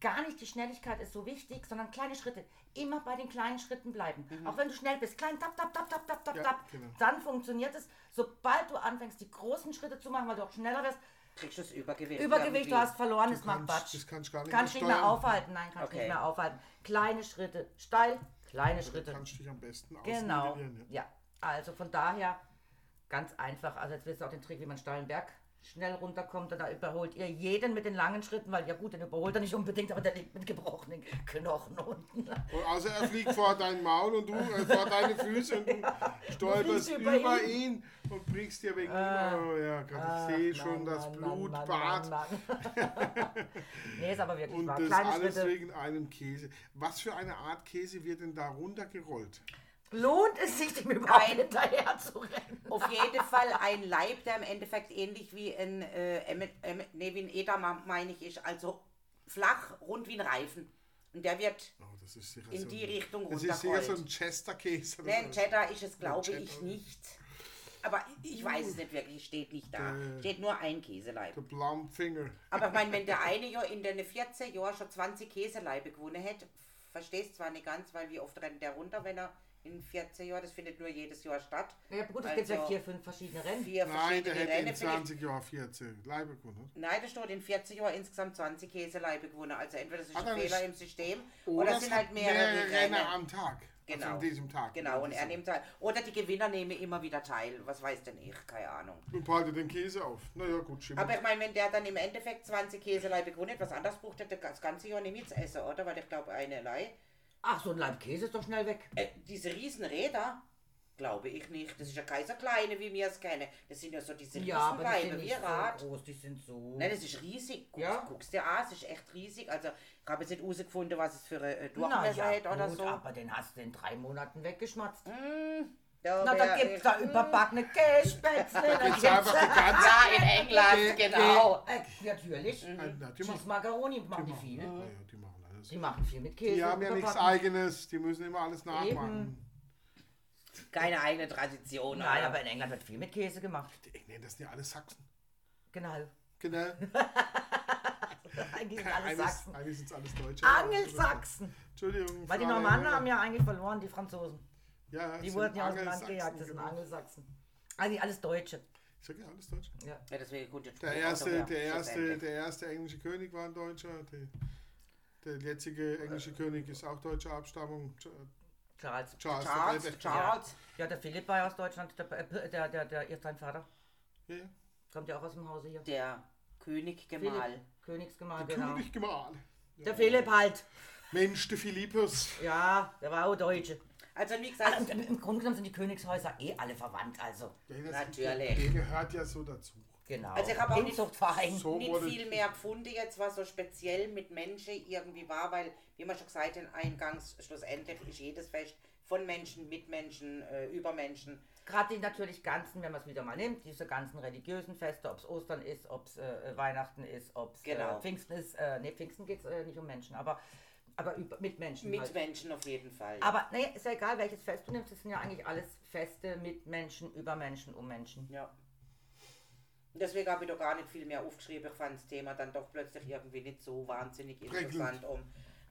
Speaker 3: gar nicht die Schnelligkeit ist so wichtig, sondern kleine Schritte. Immer bei den kleinen Schritten bleiben. Auch wenn du schnell bist, klein, tap, tap, tap, tap, tap, tap,
Speaker 2: Mhm. Ja,
Speaker 3: tap,
Speaker 2: genau.
Speaker 3: dann funktioniert es. Sobald du anfängst, die großen Schritte zu machen, weil du auch schneller wirst,
Speaker 1: kriegst du das Übergewicht.
Speaker 3: Übergewicht,
Speaker 1: irgendwie.
Speaker 3: du hast verloren,
Speaker 2: Das
Speaker 3: es macht
Speaker 2: kannst-
Speaker 3: Batsch.
Speaker 2: das kannst du gar nicht
Speaker 3: Kannst
Speaker 2: mehr
Speaker 3: nicht mehr
Speaker 2: steuern.
Speaker 3: aufhalten, nein, kannst
Speaker 1: Okay.
Speaker 3: nicht mehr aufhalten. Kleine Schritte, steil, kleine
Speaker 2: Du
Speaker 3: Schritte.
Speaker 2: kannst dich am besten
Speaker 3: Genau,
Speaker 2: ausnivellieren, ja.
Speaker 3: ja. Also von daher ganz einfach. Also jetzt wisst ihr auch den Trick, wie man einen steilen Berg schnell runterkommt. Und da überholt ihr jeden mit den langen Schritten, weil ja gut, den überholt er nicht unbedingt, aber der liegt mit gebrochenen Knochen unten.
Speaker 2: Und außer Also er fliegt vor dein Maul und du äh, vor deine Füße und du stolperst
Speaker 3: Du fliegst
Speaker 2: über,
Speaker 3: über
Speaker 2: ihn. und brichst dir wegen ihm. Oh ja, Gott, ich sehe schon das Blutbad
Speaker 3: nee, ist aber wirklich
Speaker 2: und
Speaker 3: wahr.
Speaker 2: das
Speaker 3: Kleine
Speaker 2: alles
Speaker 3: Schritte.
Speaker 2: wegen einem Käse. Was für eine Art Käse wird denn da runtergerollt?
Speaker 3: Lohnt es sich, dem überhaupt
Speaker 1: Nein.
Speaker 3: hinterher zu rennen?
Speaker 1: Auf jeden Fall ein Leib, der im Endeffekt ähnlich wie ein, äh, em, em, nee, wie ein Edamer, meine ich, ist. Also flach, rund wie ein Reifen. Und der wird
Speaker 2: Oh, das ist sicher
Speaker 1: In
Speaker 2: so ein-
Speaker 1: die Richtung
Speaker 2: Das ist sicher so
Speaker 1: runtergerollt.
Speaker 2: ein Chester-Käse. oder
Speaker 1: Nee, ein
Speaker 2: so.
Speaker 1: Cheddar ist es, glaube
Speaker 2: Cheddar.
Speaker 1: ich, nicht. Aber ich weiß es nicht wirklich, steht nicht da.
Speaker 2: Äh.
Speaker 1: Steht nur ein Käseleib.
Speaker 2: Der Plum Finger.
Speaker 1: Aber ich meine, wenn der eine Jahr in den 14 Jahren schon 20 Käseleibe gewonnen hätte, verstehst zwar nicht ganz, weil wie oft rennt der runter, wenn er in 14 Jahren, das findet nur jedes Jahr statt.
Speaker 3: Ja, gut, es gibt ja
Speaker 1: Also,
Speaker 3: vier, fünf verschiedene Rennen.
Speaker 1: Vier
Speaker 2: Nein, der
Speaker 1: verschiedene
Speaker 2: hätte in
Speaker 1: Rennen. finde ich-
Speaker 2: 20 Jahren 14 Leibe ne? gewonnen.
Speaker 1: Nein, da steht in 40 Jahren insgesamt 20 Käseleibe gewonnen. Also entweder das ist
Speaker 2: Ah, dann
Speaker 1: ein Fehler
Speaker 2: ist-
Speaker 1: im System
Speaker 2: Oder
Speaker 1: oder es
Speaker 2: es
Speaker 1: sind
Speaker 2: hat
Speaker 1: halt mehrere, Rennen.
Speaker 2: am Tag.
Speaker 1: Genau.
Speaker 2: Also an diesem Tag.
Speaker 1: Genau, und
Speaker 2: Das
Speaker 1: er
Speaker 2: ist-
Speaker 1: nimmt teil. Oder die Gewinner nehmen immer wieder teil. Was weiß denn ich? Keine Ahnung.
Speaker 2: Und behalte den Käse auf. Naja, gut, schimmel.
Speaker 1: Aber ich meine, wenn der dann im Endeffekt 20 Käseleibe gewonnen hat, was anderes braucht er das ganze Jahr nicht mehr zu essen, oder? Weil ich glaube, eine Lei.
Speaker 3: Ach, so ein Laib Käse ist doch schnell weg.
Speaker 1: Äh, diese riesen Räder, glaube ich nicht. Das ist ja Kaiser kleine, wie wir es kennen. Das sind ja so diese
Speaker 3: Ja, aber die
Speaker 1: Riesenleibe,
Speaker 3: sind
Speaker 1: wie
Speaker 3: nicht
Speaker 1: ein Rad.
Speaker 3: so groß, die sind so...
Speaker 1: Nein, das ist riesig. Guck,
Speaker 3: Ja.
Speaker 1: Guckst dir an, es ist echt riesig. Also, ich habe jetzt nicht rausgefunden, was es für ein äh, Durchmesser
Speaker 3: Na ja,
Speaker 1: hat oder
Speaker 3: gut,
Speaker 1: so.
Speaker 3: aber den hast du in drei Monaten weggeschmatzt.
Speaker 1: Da
Speaker 3: Na, da
Speaker 1: wär
Speaker 3: gibt's
Speaker 1: ich-
Speaker 3: da überbackene Kässpätzle. da
Speaker 2: Jetzt einfach die ganze.
Speaker 1: Ja, in England, genau.
Speaker 3: Äh, natürlich.
Speaker 1: Mhm.
Speaker 2: Na, die
Speaker 3: Cheese
Speaker 2: machen,
Speaker 3: Macaroni machen die
Speaker 2: die
Speaker 3: viel.
Speaker 2: machen, naja, die machen alles.
Speaker 3: Die machen viel mit Käse.
Speaker 2: Die haben ja
Speaker 3: überbacken.
Speaker 2: nichts Eigenes. Die müssen immer alles nachmachen.
Speaker 1: Keine eigene Tradition.
Speaker 3: Nein,
Speaker 1: oder?
Speaker 3: aber in England wird viel mit Käse gemacht.
Speaker 2: Die Engländer das sind ja alle Sachsen.
Speaker 3: Genau.
Speaker 2: Genau.
Speaker 3: Eigentlich sind alle
Speaker 2: Eines,
Speaker 3: Sachsen.
Speaker 2: eines sind alles Deutsche.
Speaker 3: Angelsachsen.
Speaker 2: Entschuldigung.
Speaker 3: Weil die Normannen haben ja eigentlich verloren, die Franzosen.
Speaker 2: Ja,
Speaker 3: Die
Speaker 2: es
Speaker 3: wurden
Speaker 2: sind
Speaker 3: ja aus dem Land
Speaker 2: Angelsachsen,
Speaker 3: gejagt, das sind
Speaker 2: genau.
Speaker 3: Angelsachsen. Eigentlich alles Deutsche.
Speaker 2: Ich sag ja alles Deutsch.
Speaker 3: Ja.
Speaker 1: Ja, deswegen gut, jetzt
Speaker 2: Der
Speaker 1: bin ich auch so
Speaker 2: erste,
Speaker 1: wärm,
Speaker 2: der, erste,
Speaker 1: schlussendlich.
Speaker 2: der erste englische König war ein Deutscher. Die, der jetzige
Speaker 1: Äh,
Speaker 2: englische König ist auch deutscher Abstammung. Ch-
Speaker 3: Charles.
Speaker 2: Charles. der
Speaker 1: Charles,
Speaker 2: Dritte.
Speaker 1: Charles.
Speaker 3: Ja, der Philipp war ja aus Deutschland, der, äh, der, der, der ist sein Vater.
Speaker 2: Ja, ja.
Speaker 3: Kommt ja auch aus dem Hause hier.
Speaker 1: Der König
Speaker 3: Philipp,
Speaker 1: Gemahl.
Speaker 3: Königsgemahl, genau.
Speaker 2: König gemahl.
Speaker 3: Der Philipp halt.
Speaker 2: Mensch, der Philippus.
Speaker 3: Ja, der war auch Deutsche.
Speaker 1: Also wie
Speaker 3: Also,
Speaker 1: gesagt,
Speaker 3: im, Im Grunde genommen sind die Königshäuser eh alle verwandt, also.
Speaker 2: Ja, das-
Speaker 1: Natürlich.
Speaker 2: Der gehört ja so dazu. Ah,
Speaker 3: Genau.
Speaker 1: Also ich hab auch nicht-
Speaker 3: Inzuchtverein.
Speaker 2: So
Speaker 1: nicht
Speaker 2: wurde-
Speaker 1: viel mehr gefunden jetzt, was so speziell mit Menschen irgendwie war, weil, wie man schon gesagt hat, eingangs schlussendlich ist jedes Fest von Menschen, mit Menschen, äh, über Menschen.
Speaker 3: Gerade die natürlich ganzen, wenn man es wieder mal nimmt, diese ganzen religiösen Feste, ob es Ostern ist, ob es äh, Weihnachten ist, ob es
Speaker 1: Genau.
Speaker 3: äh, Pfingsten ist. Äh, ne, Pfingsten geht es äh, nicht um Menschen, aber, aber über, mit Menschen.
Speaker 1: Mit
Speaker 3: halt.
Speaker 1: Menschen auf jeden Fall.
Speaker 3: Aber nee, ist ja egal, welches Fest du nimmst, es sind ja eigentlich alles Feste mit Menschen, über Menschen, um Menschen.
Speaker 1: Ja. Und Deswegen habe ich doch gar nicht viel mehr aufgeschrieben. Ich fand das Thema dann doch plötzlich irgendwie nicht so wahnsinnig
Speaker 2: Prickelnd.
Speaker 1: interessant um.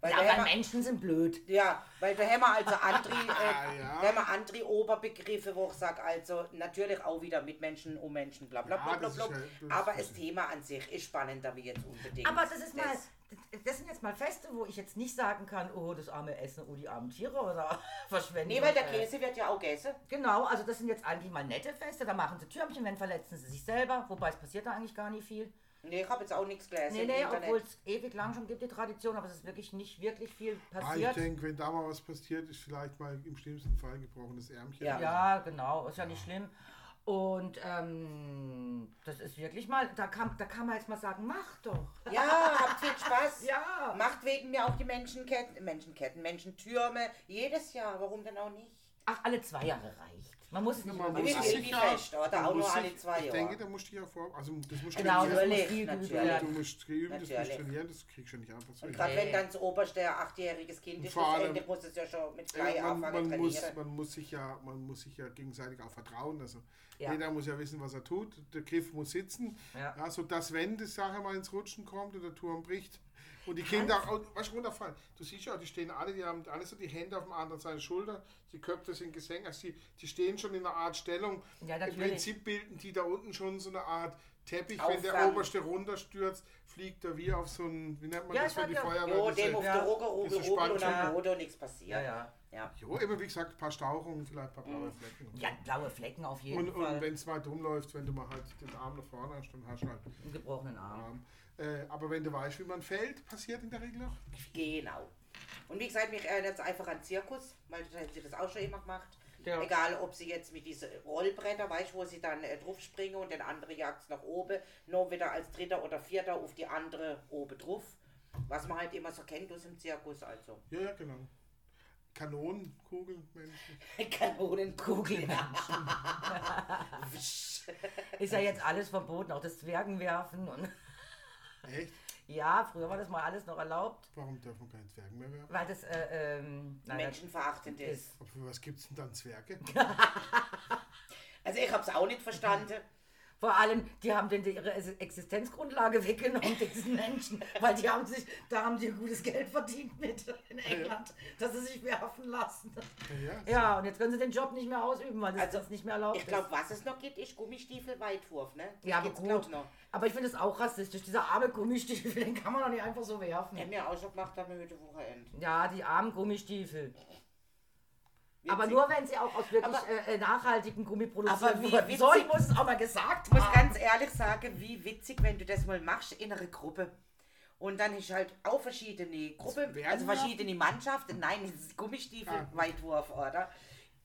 Speaker 1: Weil
Speaker 3: Ja,
Speaker 1: da
Speaker 3: aber
Speaker 1: haben wir,
Speaker 3: Menschen sind blöd.
Speaker 1: ja, weil da haben wir also andere,
Speaker 2: Ah,
Speaker 1: äh,
Speaker 2: ja.
Speaker 1: da haben wir andere Oberbegriffe, wo ich sage, also natürlich auch wieder mit Menschen, um Menschen, bla bla
Speaker 2: Ja,
Speaker 1: bla bla
Speaker 2: das
Speaker 1: bla.
Speaker 2: ist ja- das
Speaker 1: aber
Speaker 2: ist-
Speaker 1: das Thema an sich ist spannender wie jetzt unbedingt.
Speaker 3: Aber das ist mal, das sind jetzt mal Feste, wo ich jetzt nicht sagen kann, oh, das arme Essen, oh, die armen Tiere oder Verschwendung.
Speaker 1: Nee, weil der
Speaker 3: äh,
Speaker 1: Käse wird ja auch gegessen.
Speaker 3: Genau, also das sind jetzt eigentlich mal nette Feste, da machen sie Türmchen, wenn verletzen sie sich selber, wobei es passiert da eigentlich gar nicht viel.
Speaker 1: Nee, ich habe jetzt auch nichts gelesen
Speaker 3: Nee,
Speaker 1: im
Speaker 3: nee,
Speaker 1: Internet.
Speaker 3: obwohl es ewig lang schon gibt, die Tradition, aber es ist wirklich nicht wirklich viel
Speaker 2: Ah, ich
Speaker 3: passiert.
Speaker 2: denke, wenn da mal was passiert, ist vielleicht mal im schlimmsten Fall gebrochenes Ärmchen.
Speaker 1: Ja.
Speaker 3: Ja, genau, ist ja nicht schlimm. Und ähm, das ist wirklich mal, da kann, da kann man jetzt mal sagen, mach doch.
Speaker 1: Ja, habt viel Spaß.
Speaker 3: Ja.
Speaker 1: Macht wegen mir auch die Menschenketten, Menschenketten, Menschentürme. Jedes Jahr, warum denn auch nicht?
Speaker 3: Ach, alle zwei Jahre reicht. Man muss es nicht
Speaker 2: Man
Speaker 3: immer
Speaker 2: muss
Speaker 1: Wie
Speaker 3: machen.
Speaker 2: es
Speaker 1: viel
Speaker 2: sich
Speaker 1: die
Speaker 2: ja-
Speaker 1: Fest, oder?
Speaker 2: man
Speaker 1: Auch
Speaker 2: muss
Speaker 1: nur alle
Speaker 2: sich-
Speaker 1: zwei
Speaker 2: Ich
Speaker 1: Jahre.
Speaker 2: denke, da musst du dich ja vor. Also, das musst du
Speaker 3: Genau,
Speaker 2: trainieren.
Speaker 3: das
Speaker 1: überlegt,
Speaker 3: muss viel geübt
Speaker 1: natürlich.
Speaker 2: Du
Speaker 3: werden.
Speaker 2: musst üben, das musst
Speaker 1: Natürlich.
Speaker 2: du trainieren, das kriegst du nicht einfach so.
Speaker 1: Und
Speaker 2: hin.
Speaker 1: gerade
Speaker 3: Nee.
Speaker 1: wenn dann das oberste achtjähriges Kind ist,
Speaker 2: Vor
Speaker 1: das
Speaker 2: allem-
Speaker 1: Ende muss es ja schon mit
Speaker 2: Ja,
Speaker 1: drei
Speaker 2: man,
Speaker 1: anfangen
Speaker 2: man, muss,
Speaker 1: trainieren.
Speaker 2: man, muss sich ja, man muss sich ja gegenseitig auch vertrauen. Also
Speaker 3: Ja.
Speaker 2: Jeder muss ja wissen, was er tut. Der Griff muss sitzen.
Speaker 3: Ja.
Speaker 2: Ja, sodass, wenn die Sache mal ins Rutschen kommt und der Turm bricht und die Kinder auch, weißt, du, runterfallen. Du siehst ja, die stehen alle, die haben alle so die Hände auf der anderen Seite der Schulter, die Köpfe sind gesenkt. Also die, die stehen schon in einer Art Stellung.
Speaker 3: Ja,
Speaker 2: Im
Speaker 3: natürlich.
Speaker 2: Prinzip bilden die da unten schon so eine Art Teppich. Wenn der
Speaker 1: Auffang.
Speaker 2: oberste runterstürzt, fliegt er wie auf so ein, wie nennt man
Speaker 3: Ja,
Speaker 2: das,
Speaker 3: ich
Speaker 2: wenn die
Speaker 3: sag ja. Oh,
Speaker 2: Feuerwehr...
Speaker 1: Jo,
Speaker 2: diese-
Speaker 1: dem auf
Speaker 3: Ja.
Speaker 1: der Rucke, Rucke,
Speaker 2: Bisschen
Speaker 1: Rucke und
Speaker 2: Spannung.
Speaker 1: am Boden und nichts passiert.
Speaker 3: Ja, ja.
Speaker 1: ja.
Speaker 2: Jo, immer wie gesagt, ein paar Stauchungen, vielleicht ein paar blaue Flecken.
Speaker 3: Ja, blaue Flecken auf Mhm. jeden
Speaker 2: Und, und
Speaker 3: Fall.
Speaker 2: wenn es mal dumm läuft, wenn du mal halt den Arm nach vorne hast, dann hast du halt einen
Speaker 3: Einen gebrochenen Arm.
Speaker 2: Arm. Äh, aber wenn du weißt, wie man fällt, passiert in der Regel noch.
Speaker 1: Genau. Und wie gesagt, mich erinnert es einfach an Zirkus, weil das hat sie das auch schon immer gemacht.
Speaker 3: Ja.
Speaker 1: Egal, ob sie jetzt mit diesen Rollbretter, weißt du, wo sie dann äh, drauf springen und den anderen jagt nach oben, nur wieder als dritter oder vierter auf die andere oben drauf. Was man halt immer so kennt aus dem Zirkus, also.
Speaker 2: Ja, ja, genau. Kanonenkugeln, Menschen.
Speaker 1: Kanonenkugel.
Speaker 3: Ist ja jetzt alles verboten, auch das Zwergenwerfen. Und
Speaker 2: Echt?
Speaker 3: ja, früher war das mal alles noch erlaubt,
Speaker 2: Warum dürfen wir keine Zwerge mehr werden?
Speaker 3: weil das äh, ähm, nein,
Speaker 1: Menschenverachtend
Speaker 3: das
Speaker 1: ist.
Speaker 3: ist.
Speaker 2: Aber für was gibt es denn dann Zwerge?
Speaker 1: Also ich hab's auch nicht verstanden.
Speaker 3: Mhm. Vor allem, die haben denen ihre Existenzgrundlage weggenommen, diesen Menschen, weil die haben sich, da haben die gutes Geld verdient mit in England, dass sie sich werfen lassen.
Speaker 2: Ja, ja.
Speaker 3: Ja, und jetzt können sie den Job nicht mehr ausüben, weil das
Speaker 1: Also,
Speaker 3: jetzt nicht mehr erlaubt
Speaker 1: Ich glaube, was es noch gibt, ist Gummistiefel-Weitwurf, ne?
Speaker 3: ist. Ja, aber
Speaker 1: Gibt's, glaub,
Speaker 3: gut. Aber ich finde es auch rassistisch. Dieser arme Gummistiefel, den kann man doch nicht einfach so werfen.
Speaker 1: Haben wir auch schon gemacht am heute Wochenende.
Speaker 3: Ja, die armen Gummistiefel. Aber
Speaker 1: Witzig.
Speaker 3: nur wenn sie auch aus wirklich
Speaker 1: Aber-
Speaker 3: äh, äh, nachhaltigen Gummi produziert
Speaker 1: Aber wie
Speaker 3: wurden. So, ich
Speaker 1: witzig-
Speaker 3: muss es auch mal gesagt
Speaker 1: Ich muss
Speaker 3: haben.
Speaker 1: ganz ehrlich sagen, wie witzig, wenn du das mal machst in einer Gruppe. Und dann ist halt auch verschiedene Gruppen,
Speaker 2: Zwergen-
Speaker 1: also verschiedene Mannschaften. Nein, es ist
Speaker 2: Ah.
Speaker 1: Gummistiefel-Weitwurf, oder?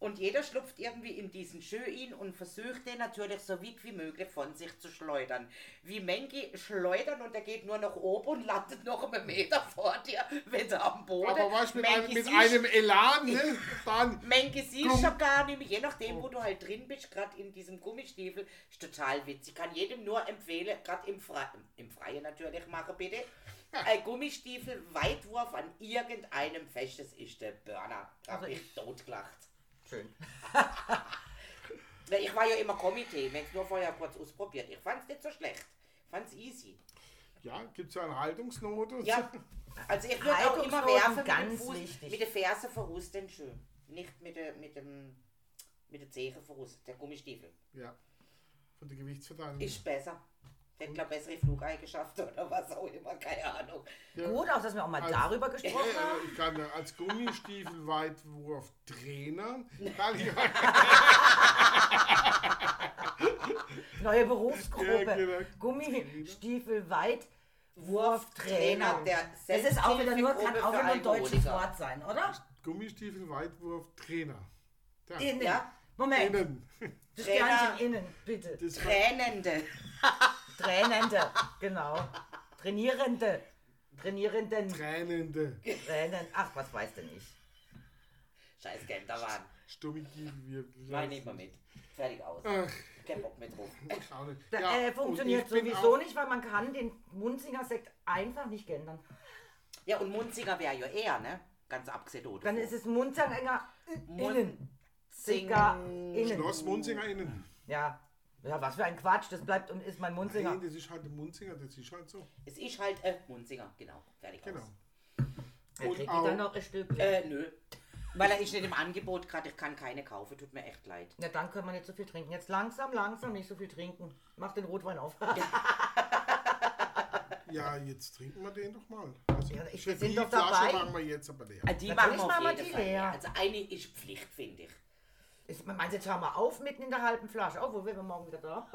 Speaker 1: Und jeder schlüpft irgendwie in diesen Schö in und versucht den natürlich so weit wie möglich von sich zu schleudern. Wie Mengi schleudern und er geht nur nach oben und landet noch einen Meter vor dir, wenn er am Boden.
Speaker 2: Aber weißt du, mit, einem,
Speaker 1: Mengi
Speaker 2: mit
Speaker 1: siehst-
Speaker 2: einem Elan, ne? Dann.
Speaker 1: Menke
Speaker 2: Klum.
Speaker 1: siehst schon gar nicht mehr. Je
Speaker 3: Oh.
Speaker 1: nachdem, wo du halt drin bist, gerade in diesem Gummistiefel, ist total witzig. Kann jedem nur empfehlen, gerade im, Fre im Freien natürlich, mache bitte. Ein Gummistiefel, Weitwurf an irgendeinem Fest, das ist der Burner. Da hab
Speaker 3: Also
Speaker 1: ich totgelacht.
Speaker 3: Schön.
Speaker 1: Na, Ich war ja immer Komitee, wenn es nur vorher kurz ausprobiert. Ich fand's nicht so schlecht. Ich fand's easy.
Speaker 2: Ja, gibt es ja eine Haltungsnote.
Speaker 1: Ja, also ich würde auch immer
Speaker 3: Haltungsnoten,
Speaker 1: werfen mit dem
Speaker 3: ganz
Speaker 1: Fuß,
Speaker 3: wichtig.
Speaker 1: mit der Ferse voraus den Schuh. Nicht mit der, mit dem, mit der Zehe voraus, der Gummistiefel.
Speaker 2: ja. Von der Gewichtsverteilung.
Speaker 1: Ist besser. Der hat, glaube bessere Flugeigenschaften oder was auch immer, keine Ahnung.
Speaker 2: ja.
Speaker 3: Gut, auch dass wir auch mal
Speaker 2: Also-
Speaker 3: darüber
Speaker 2: Hey,
Speaker 3: gesprochen haben.
Speaker 2: also ich kann ja als Gummistiefelweitwurf-Trainer kann ich
Speaker 3: Neue Berufsgruppe.
Speaker 2: Ja, genau.
Speaker 3: Gummistiefel, Weit, Wurf, Trainer.
Speaker 1: Der
Speaker 3: Das ist auch wieder nur, kann
Speaker 1: Selbsthilfegruppe
Speaker 3: auch
Speaker 1: für
Speaker 3: wieder ein deutsches
Speaker 1: Alkoholiker.
Speaker 3: Wort sein, oder?
Speaker 2: Gummistiefel-Weitwurf-Trainer. Da.
Speaker 3: Innen.
Speaker 1: Ja.
Speaker 3: Moment,
Speaker 2: Innen.
Speaker 3: das
Speaker 1: Trainer.
Speaker 3: Sternchen innen, bitte.
Speaker 2: Das war-
Speaker 1: Tränende.
Speaker 3: Tränende, genau. Trainierende. Trainierenden.
Speaker 2: Tränende.
Speaker 3: Tränen. Ach, was weiß denn ich.
Speaker 1: Scheiß Genderwahn.
Speaker 2: Stumme Kiefen wirklich.
Speaker 1: Nein, nehmen wir mit. Fertig aus.
Speaker 2: Ach,
Speaker 1: Kein Bock mehr drauf.
Speaker 2: schau nicht.
Speaker 3: Da,
Speaker 2: Ja,
Speaker 3: äh,
Speaker 2: und
Speaker 3: funktioniert
Speaker 2: ich bin
Speaker 3: sowieso
Speaker 2: auch-
Speaker 3: nicht, weil man kann den Munzinger-Sekt einfach nicht gendern.
Speaker 1: Ja, und Munzinger wäre ja eher, ne? Ganz abgesehen davon.
Speaker 3: Dann ist es Munzinger
Speaker 1: Mun-
Speaker 3: innen. Zinger innen.
Speaker 2: Schloss Munzinger innen.
Speaker 3: Ja. ja, was für ein Quatsch. Das bleibt und ist mein Munzinger.
Speaker 2: Nein, das ist halt ein Munzinger, das ist halt so.
Speaker 1: Es ist halt äh, Munzinger, genau. Fertig
Speaker 2: Genau.
Speaker 1: aus.
Speaker 3: Da krieg
Speaker 2: Und
Speaker 3: ich
Speaker 2: auch,
Speaker 3: dann noch ein Stück.
Speaker 1: Äh, nö. Weil er ist nicht im Angebot gerade, ich kann keine kaufen, tut mir echt leid.
Speaker 3: Na, dann können wir nicht so viel trinken. Jetzt langsam, langsam nicht so viel trinken. Mach den Rotwein auf.
Speaker 2: Ja, jetzt trinken wir den doch mal. Also,
Speaker 3: Ja, ich-
Speaker 2: ich
Speaker 3: wir
Speaker 2: hätte
Speaker 3: sind
Speaker 2: die
Speaker 3: doch
Speaker 2: Flasche
Speaker 3: dabei.
Speaker 2: machen wir jetzt aber leer.
Speaker 1: Ah, Die machen
Speaker 3: Natürlich
Speaker 1: wir
Speaker 3: machen wir
Speaker 1: auf jeden
Speaker 3: die
Speaker 1: Fall.
Speaker 3: leer.
Speaker 1: Also eine ist Pflicht, finde ich.
Speaker 3: Ist, man meint, jetzt hören wir auf mitten in der halben Flasche. Oh, wo werden wir morgen wieder da?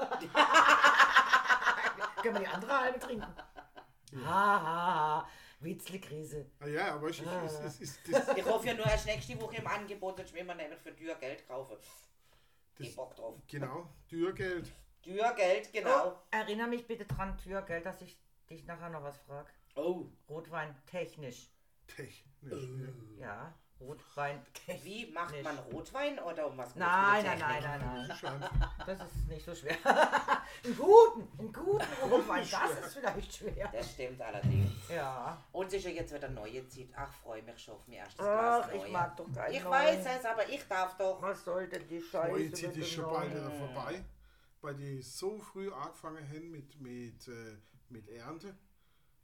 Speaker 3: Können wir die andere halbe trinken? Ha, ha, ha. Witzle-Krise.
Speaker 2: Ah, ja, aber ich, ich, es, es, ist- das,
Speaker 1: Ich hoffe ja nur erst nächste Woche im Angebot, sonst will man nämlich für teuer Geld kaufen. Ich
Speaker 3: Ah.
Speaker 2: das,
Speaker 1: Bock drauf.
Speaker 2: genau, Dürrgeld.
Speaker 1: Teuer Geld, genau.
Speaker 3: Erinnere mich bitte dran, Tür, gell, dass ich dich nachher noch was frage.
Speaker 1: Oh.
Speaker 3: Rotwein technisch.
Speaker 2: Tech.
Speaker 3: Äh.
Speaker 2: Nein,
Speaker 3: Ja, Rotwein technisch.
Speaker 1: Wie macht man Rotwein oder um was? geht's
Speaker 3: Nein,
Speaker 1: mit der
Speaker 3: nein, nein,
Speaker 1: Technik?
Speaker 3: nein, nein. Das ist nicht so schwer. einen guten, einen guten Rotwein, das ist vielleicht schwer.
Speaker 1: Das stimmt allerdings.
Speaker 3: Ja.
Speaker 1: Und sicher jetzt wieder neue zieht. Ach, freue mich schon auf mir erstes Glas
Speaker 3: Ach,
Speaker 1: neue.
Speaker 3: ich mag doch keinen
Speaker 1: Ich
Speaker 3: neuen.
Speaker 1: weiß es, aber ich darf doch.
Speaker 3: Was sollte die Scheiße?
Speaker 2: Heute zieht
Speaker 3: mit
Speaker 2: es
Speaker 3: dem
Speaker 2: schon
Speaker 3: neuen?
Speaker 2: bald wieder vorbei, weil die so früh angefangen haben mit, mit, äh, mit Ernte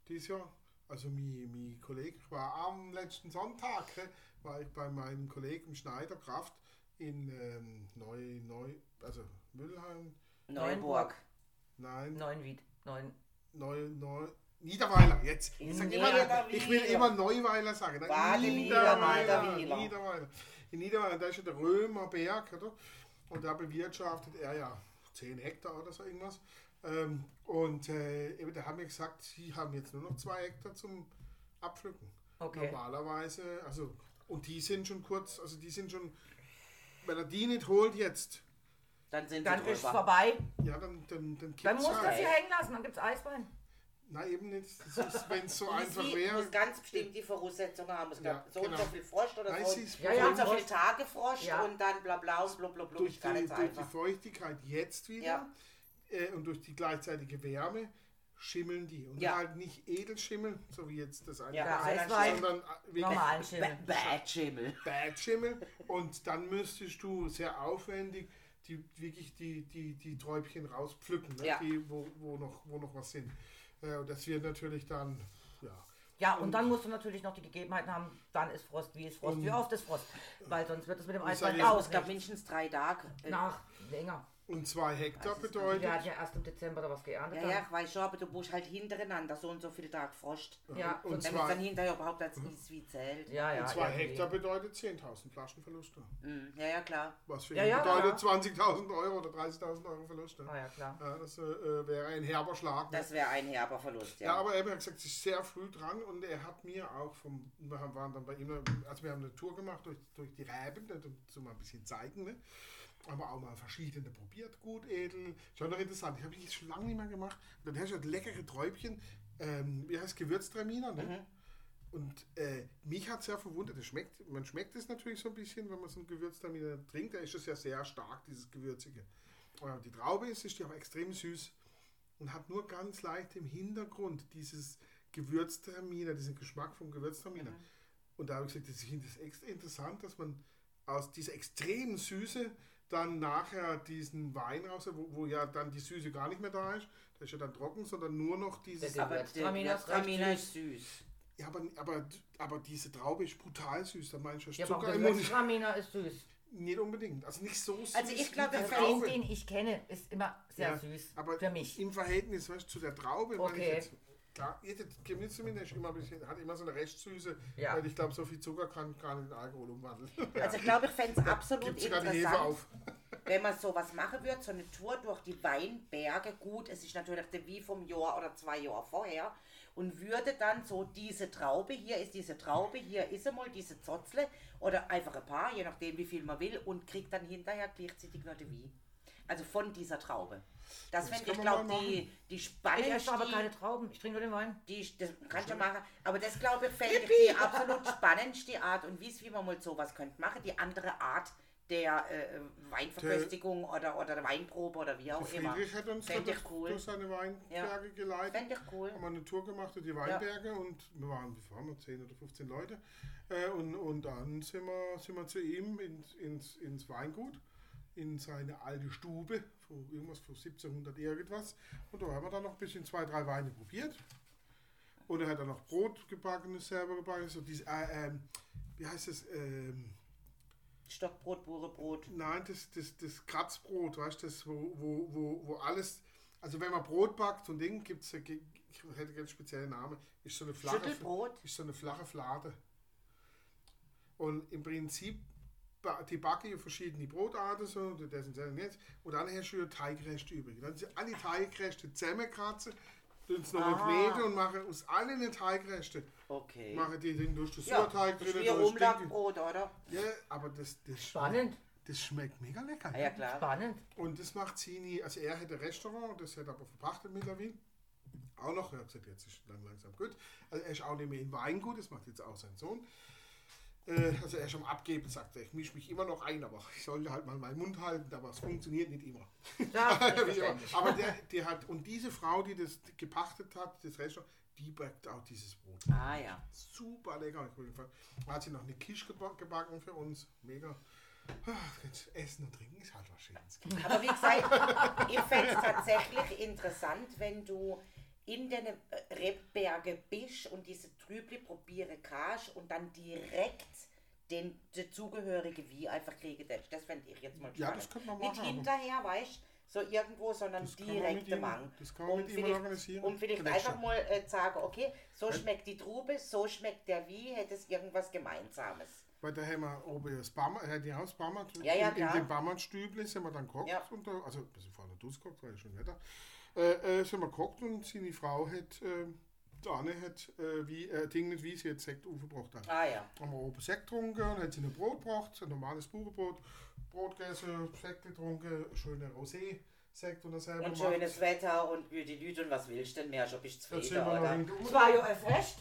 Speaker 2: dieses Jahr. Also mein, mein Kollege ich war am letzten Sonntag, äh, war ich bei meinem Kollegen Schneider Kraft in ähm, Neu, Neu, also Müllheim,
Speaker 1: Neuburg.
Speaker 2: nein,
Speaker 3: Neuenwied. Neun.
Speaker 2: Neu, Neu, Niederweiler, jetzt. Ich, sag immer,
Speaker 1: Niederweiler.
Speaker 2: ich will immer Neuweiler sagen. Nein,
Speaker 1: Warte,
Speaker 2: Niederweiler,
Speaker 1: Niederweiler.
Speaker 2: Niederweiler. In Niederweiler, da ist ja der Römerberg, oder? Und da bewirtschaftet er ja 10 Hektar oder so irgendwas. Ähm, und äh, eben, da haben wir gesagt, sie haben jetzt nur noch 2 Hektar zum Abpflücken.
Speaker 3: Okay.
Speaker 2: Normalerweise, also, und die sind schon kurz, also die sind schon, wenn er die nicht holt jetzt,
Speaker 1: Dann sind
Speaker 3: Dann
Speaker 1: sie
Speaker 3: ist
Speaker 1: drüber.
Speaker 3: vorbei.
Speaker 2: ja, dann, dann, dann
Speaker 3: Dann
Speaker 2: kippt's
Speaker 3: muss das
Speaker 2: halt.
Speaker 3: hier hängen lassen, dann gibt's Eisbein.
Speaker 2: Na eben nicht, wenn es so einfach
Speaker 1: Sie
Speaker 2: wäre.
Speaker 1: muss ganz bestimmt die Voraussetzungen haben. Es
Speaker 2: Ja,
Speaker 1: gab so und so
Speaker 2: genau.
Speaker 1: viel Frosch oder
Speaker 2: Nein,
Speaker 1: so.
Speaker 2: sie
Speaker 1: und-
Speaker 2: ist
Speaker 1: so und so
Speaker 3: ja.
Speaker 1: viele Tage Frosch
Speaker 3: Ja.
Speaker 1: und dann bla bla und blub blub blub.
Speaker 2: durch
Speaker 1: Ist gar
Speaker 2: die,
Speaker 1: nicht so
Speaker 2: durch die
Speaker 1: einfach.
Speaker 2: Feuchtigkeit jetzt wieder
Speaker 1: Ja.
Speaker 2: äh, und durch die gleichzeitige Wärme schimmeln die. Und
Speaker 1: Ja.
Speaker 2: halt nicht edelschimmel, so wie jetzt das eine,
Speaker 1: Ja,
Speaker 3: Ja,
Speaker 1: sondern
Speaker 3: Eiswein.
Speaker 2: sondern wirklich
Speaker 3: Normalen Schimmel.
Speaker 1: Bad Schimmel.
Speaker 2: Badschimmel. Und dann müsstest du sehr aufwendig die, wirklich die, die, die Träubchen rauspflücken, ne?
Speaker 1: Ja.
Speaker 2: die, wo, wo, noch, wo noch was sind. Äh, und das wird natürlich dann, ja.
Speaker 3: Ja, und dann musst du natürlich noch die Gegebenheiten haben, dann ist Frost, wie ist Frost, wie oft ist Frost. Weil sonst wird es mit dem Eisbein
Speaker 2: ja-
Speaker 1: Oh, es
Speaker 3: aus.
Speaker 1: gab mindestens drei Tage. Äh,
Speaker 3: Nach länger.
Speaker 2: Und zwei Hektar
Speaker 3: Wir
Speaker 2: bedeutet,
Speaker 3: hatten ja erst im Dezember da was geerntet.
Speaker 1: Ja,
Speaker 3: dann-
Speaker 1: ja, ich weiß schon, aber du musst halt hintereinander so und so viel Tag Frost.
Speaker 3: ja.
Speaker 2: und
Speaker 1: Damit es
Speaker 2: zwar-
Speaker 1: dann hinterher überhaupt als
Speaker 2: Mhm.
Speaker 1: wie zählt.
Speaker 3: ja, ja.
Speaker 2: zwei
Speaker 3: irgendwie.
Speaker 2: Hektar bedeutet 10.000 Flaschenverluste.
Speaker 1: Mhm. Ja, ja, klar.
Speaker 2: Was für
Speaker 3: Ja,
Speaker 2: ihn
Speaker 3: ja,
Speaker 2: bedeutet
Speaker 3: ja.
Speaker 2: 20.000 Euro oder 30.000 Euro Verlust. Ne?
Speaker 3: Ah ja, klar.
Speaker 2: Ja, das äh, äh, wäre ein herber Schlag. Ne?
Speaker 1: Das wäre ein herber Verlust,
Speaker 2: Ja,
Speaker 1: ja.
Speaker 2: aber er hat gesagt, es ist sehr früh dran und er hat mir auch vom, wir haben- waren dann bei ihm, also wir haben eine Tour gemacht durch, durch die Reben, ne, um zu mal ein bisschen zeigen, ne? aber auch mal verschiedene probiert, gut, edel, schon noch interessant, ich habe ich schon lange nicht mehr gemacht. Und dann hast du halt leckere Träubchen, ähm, wie heißt Gewürztraminer, ne? Und äh, mich hat sehr verwundert, es schmeckt, man schmeckt es natürlich so ein bisschen, wenn man so einen Gewürztraminer trinkt, da ist es ja sehr stark, dieses Gewürzige. Aber Äh, die Traube ist, ist die aber extrem süß und hat nur ganz leicht im Hintergrund dieses Gewürztraminer, diesen Geschmack vom Gewürztraminer. Und da habe ich gesagt, das- ich finde das extra interessant, dass man aus dieser extremen Süße dann nachher diesen Wein raus, wo, wo ja dann die Süße gar nicht mehr da ist, der ist ja dann trocken, sondern nur noch dieses.
Speaker 3: Der
Speaker 1: Aber der
Speaker 3: Gewürztraminer ist
Speaker 1: Gewürztraminer
Speaker 3: recht
Speaker 1: ist süß.
Speaker 2: Ja, aber, aber, aber diese Traube ist brutal süß, da meinst du
Speaker 3: Ja, aber auch
Speaker 2: Zucker
Speaker 3: der
Speaker 2: im Mund.
Speaker 3: Gewürztraminer ist süß.
Speaker 2: Nicht unbedingt, also nicht so süß.
Speaker 1: Also ich glaube,
Speaker 2: wie die
Speaker 1: das
Speaker 3: Der
Speaker 1: Traube.
Speaker 3: Eis, den ich kenne, ist immer sehr
Speaker 2: Ja,
Speaker 3: süß.
Speaker 2: Aber
Speaker 3: Für mich.
Speaker 2: Im Verhältnis weißt, du, zu der Traube. weil
Speaker 3: Okay.
Speaker 2: Ich jetzt, klar, jede Gewürztraminer ist immer ein bisschen, hat immer so eine Restsüße.
Speaker 3: Ja.
Speaker 2: Weil ich glaube, so viel Zucker kann gar nicht in Alkohol umwandeln.
Speaker 1: Also ich glaube, ich fände es absolut
Speaker 2: Gibt sogar die Hefe
Speaker 1: interessant,
Speaker 2: auf.
Speaker 1: wenn man sowas machen würde, so eine Tour durch die Weinberge. Gut, es ist natürlich der wie vom Jahr oder zwei Jahre vorher. Und würde dann so diese Traube, hier ist diese Traube, hier ist einmal diese Zotzle oder einfach ein paar, je nachdem wie viel man will, und kriegt dann hinterher gleichzeitig noch die Wie. Also von dieser Traube. Das,
Speaker 2: Das
Speaker 1: fände ich,
Speaker 2: kann man
Speaker 1: glaube
Speaker 2: mal
Speaker 1: die, die Spannung.
Speaker 3: Ich esse aber keine Trauben, ich trinke nur den Wein.
Speaker 1: Die, das kannst du machen, aber das glaube ich, fände ich die absolut spannendste Art und wie's, wie man mal sowas könnte machen. Die andere Art der äh, Weinverköstigung oder, oder der Weinprobe oder wie auch immer.
Speaker 2: Friedrich hat uns
Speaker 1: Fände
Speaker 2: dann
Speaker 1: ich cool.
Speaker 2: durch seine Weinberge geleitet.
Speaker 1: Fände ich cool.
Speaker 2: Haben wir eine Tour gemacht durch die Weinberge und wir waren, wie waren wir, 10 oder 15 Leute. Äh, und, und dann sind wir, sind wir zu ihm ins, ins, ins Weingut, in seine alte Stube, von irgendwas von 1700 irgendwas. Und da haben wir dann noch ein bisschen zwei, drei Weine probiert. Und er hat dann noch Brot gebacken, selber gebacken. So diese, äh, ähm, wie heißt das? Ähm,
Speaker 1: Stockbrot, Burebrot.
Speaker 2: Nein, das, das, das Kratzbrot, weißt du, das, wo, wo, wo, wo alles, Also wenn man Brot backt und Ding, gibt es, ich hätte einen ganz speziellen Namen, ist so eine flache,
Speaker 1: Schüttelbrot?
Speaker 2: ist so eine flache Flade. Und im Prinzip, ba- die backe ich verschiedene Brotarten so, und das und das und jetzt. Und dann hast du ja Teigreste übrig. Dann sind alle Teigreste zusammenkratzen, tun es noch kneten und machen aus allen den Teigreste,
Speaker 1: Okay.
Speaker 2: machen die den durch den
Speaker 1: Ja,
Speaker 2: Sauerteig
Speaker 1: das ist
Speaker 2: drin.
Speaker 1: wie ein
Speaker 2: durch das Ding.
Speaker 1: Umlaufbrot, oder?
Speaker 2: Ja, aber das, das, schmeckt,
Speaker 3: Spannend,
Speaker 2: das schmeckt mega lecker.
Speaker 1: Ah Ja, ja klar.
Speaker 3: spannend.
Speaker 2: Und das macht sie nie. Also er hätte ein Restaurant, das hätte er aber verpachtet mittlerweile. Auch noch, er hat gesagt, jetzt ist dann langsam gut. Also er ist auch nicht mehr in Weingut, das macht jetzt auch sein Sohn. Äh, Also er ist am Abgeben, sagt er, ich mische mich immer noch ein, aber ich sollte halt mal meinen Mund halten, aber es funktioniert nicht immer.
Speaker 3: Ja,
Speaker 2: Wie immer.
Speaker 3: selbstverständlich.
Speaker 2: aber der, der hat, und diese Frau, die das gepachtet hat, das Restaurant, die backt auch dieses Brot.
Speaker 1: Ah ja.
Speaker 2: Super lecker. auf jeden Fall. Hat sie noch eine Quiche geba- gebacken für uns. Mega. Ah, Essen und Trinken ist halt was Schönes.
Speaker 1: Aber wie gesagt, ich fände es tatsächlich interessant, wenn du in den Rebberge bist und diese Trüble probiere kannst und dann direkt den dazugehörige Wie einfach kriegen darfst. Das fände ich jetzt mal
Speaker 2: Ja,
Speaker 1: spannend.
Speaker 2: das könnte man
Speaker 1: Nicht
Speaker 2: machen, aber-
Speaker 1: hinterher, weißt so irgendwo, sondern
Speaker 2: Das kann man mit
Speaker 1: direkt
Speaker 2: ihm-
Speaker 1: im Mang.
Speaker 2: das kann man mit ihm
Speaker 1: vielleicht-
Speaker 2: organisieren.
Speaker 1: Und vielleicht
Speaker 2: Vielleicht
Speaker 1: einfach
Speaker 2: schon.
Speaker 1: mal äh, sagen, okay, so schmeckt die Trube, so schmeckt der Wie, hätte es irgendwas Gemeinsames.
Speaker 2: Weil da haben wir oben das Barmer, äh, die Haus Barmer,
Speaker 1: Ja, ja,
Speaker 2: in, in
Speaker 1: klar.
Speaker 2: dem Barmannstüble sind wir dann gekocht.
Speaker 1: Ja.
Speaker 2: Und da, also, ein bisschen vorher Duss gekocht, war ja schon Wetter. Äh, äh, sind wir gekocht und seine Frau hat, äh, die Anne hat, äh, wie, äh, Ding nicht wie, sie hat Sekt aufgebracht. Dann.
Speaker 1: Ah ja.
Speaker 2: haben wir oben Sekt getrunken, dann hat sie ein Brot gebracht, ein normales Bauernbrot, Brot gegessen, Sekt getrunken, schöner Rosé-Sekt und das selber
Speaker 1: Und
Speaker 2: gemacht.
Speaker 1: schönes Wetter und gute Leute und was willst du denn mehr? Schon bist du
Speaker 2: Dann sind
Speaker 1: zufrieden,
Speaker 2: wir noch
Speaker 1: oder?
Speaker 2: hinten
Speaker 3: Es
Speaker 2: unten.
Speaker 3: war ja erfrischt.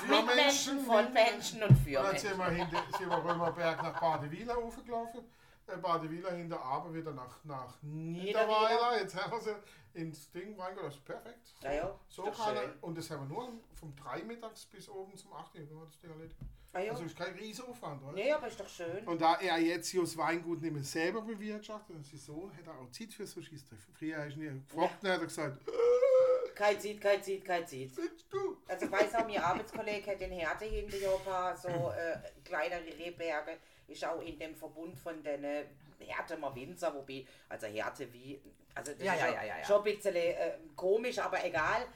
Speaker 2: Für
Speaker 1: Mit Menschen, von
Speaker 2: mit-
Speaker 1: Menschen und für
Speaker 2: Dann
Speaker 1: Menschen.
Speaker 2: sind wir, hinter, sind wir Römerberg nach Badewila aufgelaufen. Äh, Badewila hinter Aber wieder nach, nach Niederweiler.
Speaker 1: Niederweiler.
Speaker 2: Jetzt haben wir sie ins Ding reingegangen. Das ist perfekt.
Speaker 1: Ja, Ah ja,
Speaker 2: So
Speaker 1: ist doch
Speaker 2: kann er,
Speaker 1: schön.
Speaker 2: und das haben wir nur vom 3 mittags bis oben zum 8 Uhr. Dann hat das Ding erledigt.
Speaker 1: Ah, ja.
Speaker 2: Also ist kein riesiger Aufwand. Oder?
Speaker 1: Nee, aber ist doch schön.
Speaker 2: Und da er jetzt hier das Weingut nicht mehr selber bewirtschaftet, und sein Sohn, hat er auch Zeit für so Schießtreffen. Früher hast du ihn gefragt und hat er gesagt, äh,
Speaker 1: Kein sieht, kein sieht, kein sieht.
Speaker 2: bist du?
Speaker 1: Also ich weiß auch, mein Arbeitskollege hat den Härte hinter ihr ein paar so äh, kleinere Rehberge. Ist auch in dem Verbund von den äh, Härtemer Winzer, wobei, also Härte wie, also das
Speaker 3: Ja,
Speaker 1: ist
Speaker 3: ja,
Speaker 1: schon,
Speaker 3: ja, ja, ja.
Speaker 1: schon ein bisschen äh, komisch, aber egal.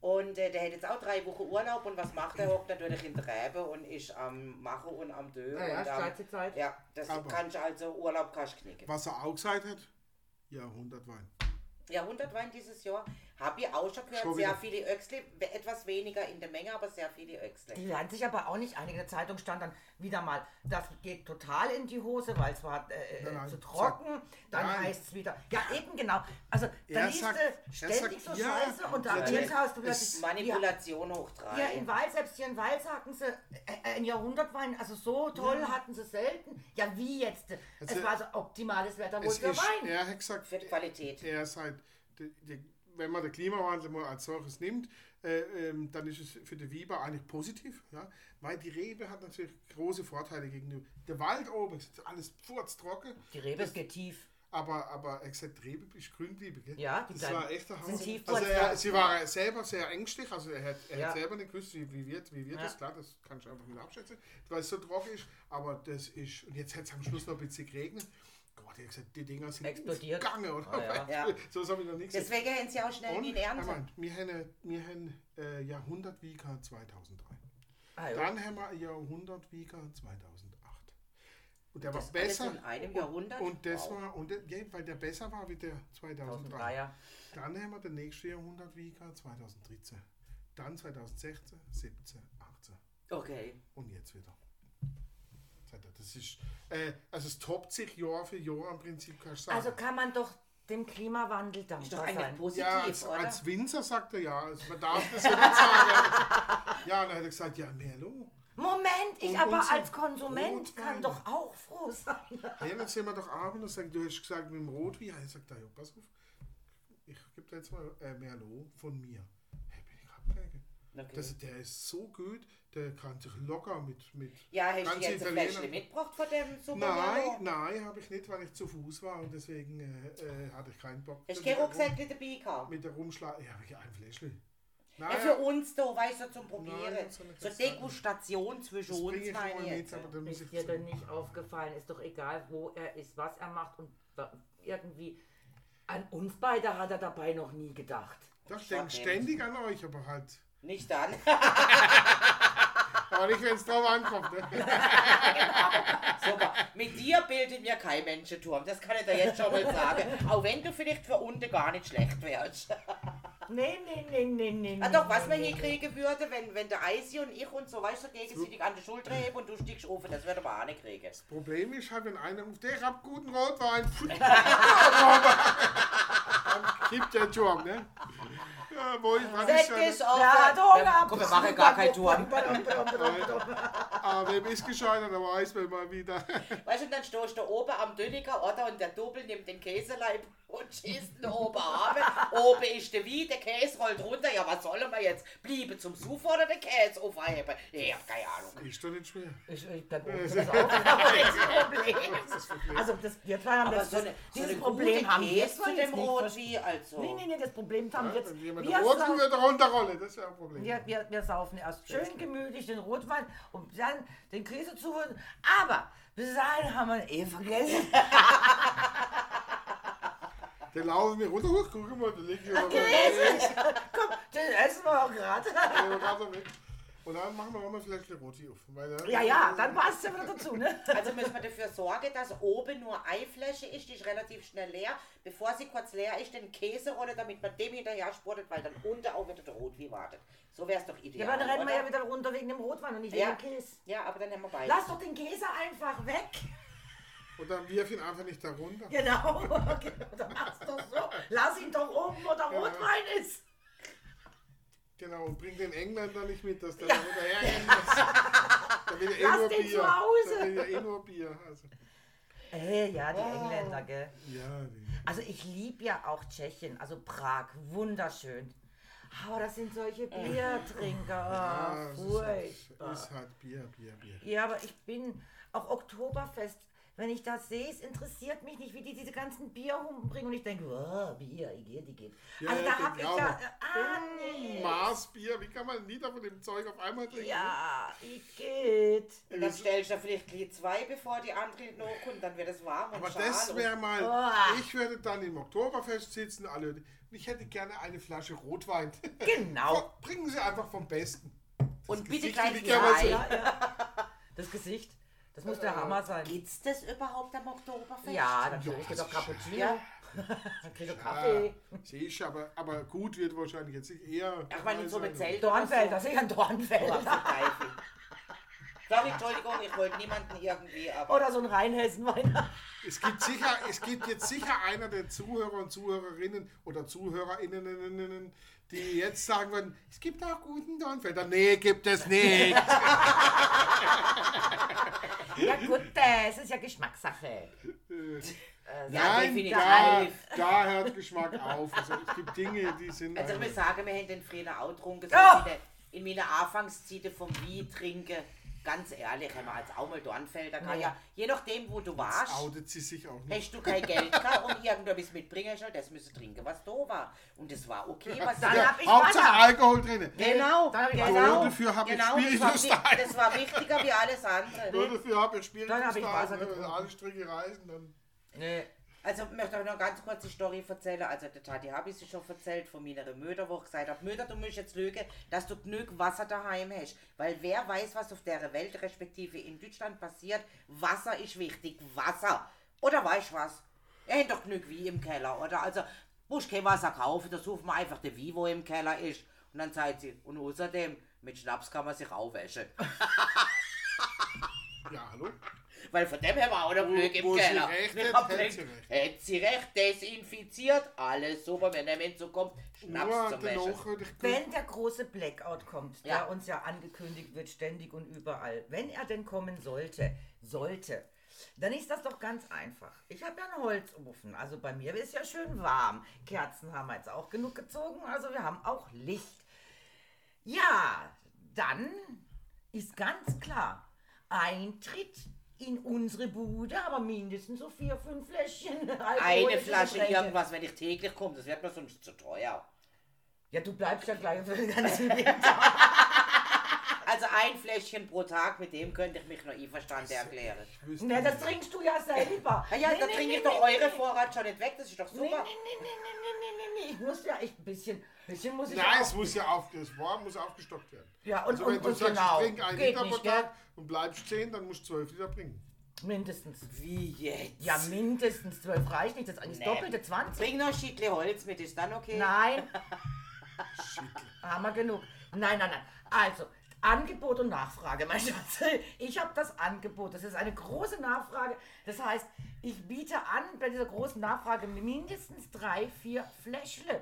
Speaker 1: Und äh, der hat jetzt auch drei Wochen Urlaub und was macht er? Hockt natürlich in der Rebe und ist am Machen und am Dö.
Speaker 3: Ja, ja,
Speaker 1: und, am-
Speaker 3: Zeit zu Zeit.
Speaker 1: Ja, das
Speaker 2: Aber-
Speaker 1: kannst du also Urlaub kannst du knicken.
Speaker 2: Was er auch gesagt hat, Jahrhundertwein.
Speaker 1: Jahrhundertwein dieses Jahr habe ich auch schon gehört.
Speaker 2: Schon wieder.
Speaker 1: sehr viele Öxle, we- etwas weniger in der Menge, aber sehr viele Öxle.
Speaker 3: Die werden sich aber auch nicht einig. In der Zeitung stand dann wieder mal, das geht total in die Hose, weil es war äh, äh,
Speaker 2: Nein, nein,
Speaker 3: zu trocken.
Speaker 2: nein.
Speaker 3: Dann heißt es wieder, ja eben genau. Also da
Speaker 2: Er
Speaker 3: liest
Speaker 2: sagt-
Speaker 3: du
Speaker 2: er
Speaker 3: ständig
Speaker 2: sagt,
Speaker 3: so
Speaker 2: ja,
Speaker 3: Scheiße und da
Speaker 2: natürlich.
Speaker 3: jetzt hast du
Speaker 2: Es-
Speaker 3: plötzlich, ja,
Speaker 1: Manipulation hoch drei.
Speaker 3: ja, in Wald, selbst hier in Wald sagten sie, äh, äh, in Jahrhundertwein, also so toll hatten sie selten. Ja wie jetzt?
Speaker 2: Also,
Speaker 3: es war so optimales Wetter wohl
Speaker 2: Es
Speaker 3: für
Speaker 2: ist,
Speaker 3: Wein.
Speaker 2: er hat gesagt,
Speaker 1: Für die Qualität.
Speaker 2: er ist halt, die, die, wenn man den Klimawandel mal als solches nimmt, äh, ähm, dann ist es für den Wieber eigentlich positiv, ja? weil die Rebe hat natürlich große Vorteile gegenüber. Der Wald oben ist alles furztrocken,
Speaker 3: Die Rebe ist geht tief.
Speaker 2: aber, aber er gesagt, Rebe ist grünliebe, gell?
Speaker 3: Ja, die
Speaker 2: das
Speaker 3: bleiben-
Speaker 2: war echt der
Speaker 3: sind tief
Speaker 2: Also er,
Speaker 3: furztrocken.
Speaker 2: sie war selber sehr ängstlich, also er hat, er
Speaker 3: Ja.
Speaker 2: hat selber nicht gewusst, wie, wie wird, wie wird
Speaker 3: Ja.
Speaker 2: das, klar, das kann ich einfach nicht abschätzen, weil es so trocken ist, aber das ist, und jetzt hat es am Schluss noch ein bisschen geregnet. Gott, er hat gesagt, die Dinger sind
Speaker 3: Explodiert.
Speaker 2: aufgegangen, oder?
Speaker 3: Ah,
Speaker 1: ja. Ja.
Speaker 2: So habe ich noch nichts
Speaker 1: Deswegen haben sie auch schnell
Speaker 2: und,
Speaker 1: in
Speaker 2: er
Speaker 1: Ernte.
Speaker 2: meint, wir haben, wir haben äh, Jahrhundert Vika 2003.
Speaker 3: Ah, ja.
Speaker 2: Dann haben wir Jahrhundert Vika 2008. Und der war
Speaker 1: Das alles
Speaker 2: besser.
Speaker 1: in einem
Speaker 2: und-
Speaker 1: Jahrhundert?
Speaker 2: Und das
Speaker 1: Wow.
Speaker 2: war, und der, ja, weil der besser war wie der 2003.
Speaker 3: 1003er.
Speaker 2: Dann haben wir den nächsten Jahrhundert Vika 2013. Dann 2016, 17, 18.
Speaker 1: Okay.
Speaker 2: Und jetzt wieder. Seht ihr, Das ist, äh, also es toppt sich Jahr für Jahr im Prinzip, kannst du sagen.
Speaker 3: Also kann man doch dem Klimawandel
Speaker 1: Ist doch
Speaker 3: dankbar
Speaker 1: eigentlich
Speaker 3: sein.
Speaker 1: positiv,
Speaker 2: Ja, also als,
Speaker 1: oder?
Speaker 2: als Winzer sagt er ja, also man darf das ja nicht sagen. ja, und dann hat er gesagt, ja, Merlo.
Speaker 3: Moment, ich
Speaker 2: Und
Speaker 3: aber
Speaker 2: unser
Speaker 3: als Konsument
Speaker 2: Brotwein.
Speaker 3: kann doch auch froh sein.
Speaker 2: Ja, dann sehen wir doch abends und sagt, du hast gesagt mit dem Rotwein. Er sagt, ja, pass auf, ich gebe dir jetzt mal äh, Merlot von mir. Hey, bin ich abgegangen.
Speaker 1: Okay.
Speaker 2: Das, der ist so gut, der kann sich locker mit. mit
Speaker 1: ja, hast du
Speaker 2: ganzen
Speaker 1: jetzt ein
Speaker 2: Italienern-
Speaker 1: Fläschchen mitgebracht von dem Super
Speaker 2: Nein,
Speaker 1: Merlot?
Speaker 2: nein, habe ich nicht, weil ich zu Fuß war und deswegen äh, äh, hatte ich keinen Bock.
Speaker 1: Hast du
Speaker 2: mit
Speaker 1: keinen
Speaker 2: der
Speaker 1: Rucksack
Speaker 2: Rum-
Speaker 1: mit dabei gehabt?
Speaker 2: Mit der Rumschlag. Ja, habe ich ein Fläschchen.
Speaker 1: Ja,
Speaker 2: Nein,
Speaker 1: für uns da, weißt du, zum Probieren.
Speaker 2: Nein, soll ich
Speaker 1: so
Speaker 2: jetzt sagen?
Speaker 1: Degustation zwischen
Speaker 2: das bringe
Speaker 1: uns,
Speaker 2: ich mal
Speaker 1: meine ich
Speaker 2: mit,
Speaker 1: jetzt. äh,
Speaker 2: aber dann muss ich
Speaker 3: Ist dir denn
Speaker 2: zu-
Speaker 3: nicht aufgefallen? Ist doch egal, wo er ist, was er macht und wa- irgendwie. An uns beide hat er dabei noch nie gedacht.
Speaker 2: Doch, ich denke
Speaker 1: Gott, nee.
Speaker 2: ständig an euch, aber halt.
Speaker 1: Nicht dann.
Speaker 2: Aber nicht, wenn es drauf ankommt. Ne?
Speaker 1: Super. Mit dir bildet mir kein Mensch einen Turm. Das kann ich dir jetzt schon mal sagen. Auch wenn du vielleicht für unten gar nicht schlecht wärst.
Speaker 3: Nee, nee, nee, nee, nee.
Speaker 1: Ah, doch,
Speaker 3: nee,
Speaker 1: was man
Speaker 3: nee,
Speaker 1: hier
Speaker 3: nee.
Speaker 1: kriegen würde, wenn, wenn der Eisi und ich und so, weißt du, gegenseitig an die Schulter heben und du stiegst auf, das würde man auch nicht kriegen.
Speaker 2: Problem ist halt, wenn einer ruft, ich hab guten Rotwein. Dann kippt der Turm, ne? Ja, wo ich wann
Speaker 1: Weg
Speaker 2: ist ja
Speaker 1: ist
Speaker 2: nicht-
Speaker 1: offen.
Speaker 3: Ja, hat Hunger.
Speaker 1: Komm, wir machen gar keinen Turm.
Speaker 2: Aber Ah, wem ist gescheitert, da weiß man mal wieder.
Speaker 1: Weißt du, und dann stehst du oben am Dünniger Otter und der Doppel nimmt den Käseleib und schießt ihn oben ab. oben ist der Wein, der Käse rollt runter. Ja, was sollen wir jetzt? Bliebe zum Suff oder den Käse aufheben? Nee, ich hab keine Ahnung.
Speaker 2: Ist doch nicht schwer.
Speaker 3: Ich, ich bleib oben. Das ist auch- Also das, wir zwei haben
Speaker 1: Aber
Speaker 3: das,
Speaker 1: so eine, so
Speaker 3: dieses
Speaker 1: eine
Speaker 3: Problem
Speaker 1: gute
Speaker 3: haben wir
Speaker 1: Käse
Speaker 3: jetzt
Speaker 1: zu dem
Speaker 3: nicht.
Speaker 1: Rotwein, also.
Speaker 3: Nee, nee, nee, das Problem haben wir Also, jetzt.
Speaker 2: Wenn jemand
Speaker 3: wir
Speaker 2: roten
Speaker 3: sagen-
Speaker 2: würde, runterrollen, das wäre ein Problem.
Speaker 3: Wir, wir, wir saufen erst schön gemütlich den Rotwein und dann den Käse zuführen. Aber bis dahin haben wir ihn eh vergessen.
Speaker 2: Dann laufen wir runter, huch, guck mal, da liegt jemand.
Speaker 3: Komm, den essen wir auch gerade.
Speaker 2: Der war gerade weg. Und dann machen wir auch mal vielleicht eine Roti auf. Weil, äh,
Speaker 3: Ja, ja, dann passt ja wieder dazu, ne?
Speaker 1: Also müssen wir dafür sorgen, dass oben nur eine Flasche ist, die ist relativ schnell leer. Bevor sie kurz leer ist, den Käse rollen, damit man dem hinterher spurtet, weil dann unten auch wieder der Rotwein wartet. So wäre es doch
Speaker 3: Ja,
Speaker 1: ideal.
Speaker 3: aber dann rennen wir
Speaker 1: oder?
Speaker 3: ja wieder runter wegen dem Rotwein und nicht
Speaker 1: Ja.
Speaker 3: wegen dem Käse.
Speaker 1: Ja, aber dann haben wir beide.
Speaker 3: Lass doch den Käse einfach weg.
Speaker 2: Und dann wirf ihn einfach nicht da runter.
Speaker 3: Genau, okay, dann mach's doch so. Lass ihn doch oben, wo der Rotwein ist.
Speaker 2: Genau, und bring den Engländer nicht mit, dass der da hinterher muss. Da will ja eh
Speaker 3: Lass
Speaker 2: nur
Speaker 3: den
Speaker 2: Bier.
Speaker 3: zu Hause.
Speaker 2: Da will ja eh nur Bier. Also,
Speaker 3: Hey, Äh, ja, die Engländer, gell.
Speaker 2: ja, nee.
Speaker 3: Also ich liebe ja auch Tschechien, also Prag, wunderschön. Aber das sind solche Biertrinker.
Speaker 2: Äh. Ja, Ah, es
Speaker 3: Oh,
Speaker 2: ist, halt,
Speaker 3: furchtbar.
Speaker 2: ist halt Bier, Bier, Bier.
Speaker 3: Ja, aber ich bin auch Oktoberfest. Wenn ich das sehe, es interessiert mich nicht, wie die diese ganzen Bier rumbringen. Und ich denke, oh, Bier, die geht, die geht.
Speaker 2: Ja,
Speaker 3: also
Speaker 2: ja,
Speaker 3: da habe ich
Speaker 2: genau.
Speaker 3: ja... Ah, nee.
Speaker 2: Maßbier, wie kann man ein Liter von dem Zeug auf einmal trinken?
Speaker 3: Ja, ich geht.
Speaker 1: Und dann stellst du da vielleicht gleich zwei, bevor die andere noch kommt, dann wird es warm und
Speaker 2: Aber
Speaker 1: schal
Speaker 2: das
Speaker 1: und-
Speaker 2: wäre mal,
Speaker 3: Boah.
Speaker 2: ich würde dann im Oktoberfest sitzen, alle, und ich hätte gerne eine Flasche Rotwein.
Speaker 3: Genau.
Speaker 2: Bringen Sie einfach vom Besten.
Speaker 1: Und bitte
Speaker 2: Gesicht
Speaker 1: gleich
Speaker 2: liegt ja mal so-
Speaker 1: zwei.
Speaker 3: Das Gesicht, das muss der Hammer sein.
Speaker 1: Gibt's das überhaupt am Oktoberfest?
Speaker 3: Ja,
Speaker 2: Ja,
Speaker 3: natürlich. Ich doch
Speaker 2: das ist-
Speaker 3: Cappuccino.
Speaker 1: Ja.
Speaker 3: Dann krieg ich
Speaker 2: Ah,
Speaker 3: Kaffee.
Speaker 2: sicher, aber, aber gut wird wahrscheinlich jetzt nicht eher.
Speaker 1: Ach, man nimmt so mit Zelt.
Speaker 3: Dornfeld,
Speaker 1: oder
Speaker 3: das ist ein
Speaker 1: so. Ach,
Speaker 3: Dornfeld.
Speaker 1: der Teufel. Sorry, Entschuldigung, ich wollte niemanden irgendwie, aber.
Speaker 3: Oder so ein Rheinhessen-Weihnachten.
Speaker 2: Es gibt, sicher, es gibt jetzt sicher einer der Zuhörer und Zuhörerinnen oder Zuhörerinnen, die jetzt sagen würden, es gibt auch guten Dornfelder. Nee, gibt es nicht.
Speaker 3: Ja gut, äh, es ist ja Geschmackssache.
Speaker 1: Ja,
Speaker 2: Nein,
Speaker 1: definitiv.
Speaker 2: da, da hört Geschmack auf. Also, es gibt Dinge, die sind...
Speaker 1: Also ich muss
Speaker 2: einfach-
Speaker 1: sagen, wir haben den Trainer auch getrunken. So
Speaker 3: Ja.
Speaker 1: in meiner- in meiner Anfangszeit vom Wein trinken, ganz ehrlich, haben wir als auch mal Dornfelder gehabt. Ja, je nachdem, wo du warst,
Speaker 2: outet sie sich auch nicht.
Speaker 1: hast du kein Geld gehabt und irgendwas mitbringen hast, das müssen trinken, was da war. Und das war okay, was
Speaker 3: Dann
Speaker 1: da
Speaker 3: hab ich
Speaker 2: Hauptsache
Speaker 3: Wasser.
Speaker 2: Alkohol drin.
Speaker 1: Genau,
Speaker 3: Dann hab ich
Speaker 1: genau,
Speaker 2: Wasser. Dafür hab ich
Speaker 1: genau das, war,
Speaker 2: Spiritus
Speaker 1: wi-
Speaker 2: daheim.
Speaker 1: das war wichtiger wie alles andere.
Speaker 2: Nur dafür habe ich Spiel
Speaker 3: Dann hab ich Wasser
Speaker 2: Wenn
Speaker 3: getrunken.
Speaker 2: alle Stricke reißen, dann...
Speaker 3: Nee.
Speaker 1: Also ich möchte euch noch ganz kurz die Story erzählen. Also der Tati habe ich sie schon erzählt von meiner Mütter, wo ich gesagt habe, Mütter, du musst jetzt lügen, dass du genug Wasser daheim hast. Weil wer weiß, was auf der Welt respektive in Deutschland passiert, Wasser ist wichtig. Wasser. Oder weißt du was? Er hat doch genug wie im Keller, oder? Also musst kein Wasser kaufen, da suchen wir einfach den Wie, wo im Keller ist. Und dann sagt sie, und außerdem, mit Schnaps kann man sich aufwäschen.
Speaker 2: Ja, hallo?
Speaker 1: Weil von dem her war auch noch Glück im
Speaker 2: wo sie
Speaker 1: Keller.
Speaker 2: recht
Speaker 1: Wir
Speaker 2: hat,
Speaker 1: haben
Speaker 2: hat
Speaker 1: gedacht,
Speaker 2: sie recht.
Speaker 1: Hat sie recht, desinfiziert, alles super, wenn der Mensch so kommt, Schnaps
Speaker 2: Nur
Speaker 1: zum
Speaker 2: dennoch
Speaker 1: Wäschen.
Speaker 2: würde ich
Speaker 3: Wenn der große Blackout kommt,
Speaker 1: Ja.
Speaker 3: der uns ja angekündigt wird, ständig und überall, wenn er denn kommen sollte, sollte, dann ist das doch ganz einfach. Ich habe ja einen Holzofen, also bei mir ist ja schön warm. Kerzen haben wir jetzt auch genug gezogen, also wir haben auch Licht. Ja, dann ist ganz klar, Eintritt in unsere Bude, aber mindestens so vier, fünf Fläschchen.
Speaker 1: Eine
Speaker 3: alkoholische
Speaker 1: Flasche
Speaker 3: Getränke.
Speaker 1: irgendwas, wenn ich täglich komme, das wird mir sonst zu teuer.
Speaker 3: Ja, du bleibst ja gleich für den ganzen Winter.
Speaker 1: Also Also ein Fläschchen pro Tag, mit dem könnte ich mich noch einverstanden erklären.
Speaker 2: Ich wüsste
Speaker 3: Ne, das
Speaker 2: nicht.
Speaker 3: trinkst du ja selber.
Speaker 1: Na ja,
Speaker 3: Nee,
Speaker 1: da
Speaker 3: nee,
Speaker 1: trinke
Speaker 3: nee,
Speaker 1: ich doch
Speaker 3: nee,
Speaker 1: eure
Speaker 3: nee.
Speaker 1: Vorrat schon nicht weg, das ist doch
Speaker 3: Nee, nee, nee,
Speaker 1: super.
Speaker 3: nee, nee, nee, nee, nee, ich muss ja echt ein bisschen, bisschen muss ich
Speaker 2: Nein,
Speaker 3: auch-
Speaker 2: es muss ja auf, das Warm muss aufgestockt werden.
Speaker 3: Ja, und-
Speaker 2: also wenn
Speaker 3: und-
Speaker 2: du
Speaker 3: und
Speaker 2: sagst,
Speaker 3: genau.
Speaker 2: ich trinke einen
Speaker 3: Geht
Speaker 2: Liter
Speaker 3: nicht,
Speaker 2: pro Tag und bleibst stehen, dann musst du zwölf Liter trinken.
Speaker 3: mindestens.
Speaker 1: Wie jetzt?
Speaker 3: Ja, mindestens zwölf reicht nicht, das ist eigentlich das
Speaker 1: Nee.
Speaker 3: doppelte 20.
Speaker 1: Bring noch Schiedle Holz mit, ist dann okay?
Speaker 3: Nein, haben wir genug. Nein, nein, nein. Also, Angebot und Nachfrage, mein Schatz. Ich habe das Angebot. Das ist eine große Nachfrage. Das heißt, ich biete an bei dieser großen Nachfrage mindestens drei, vier Fläschle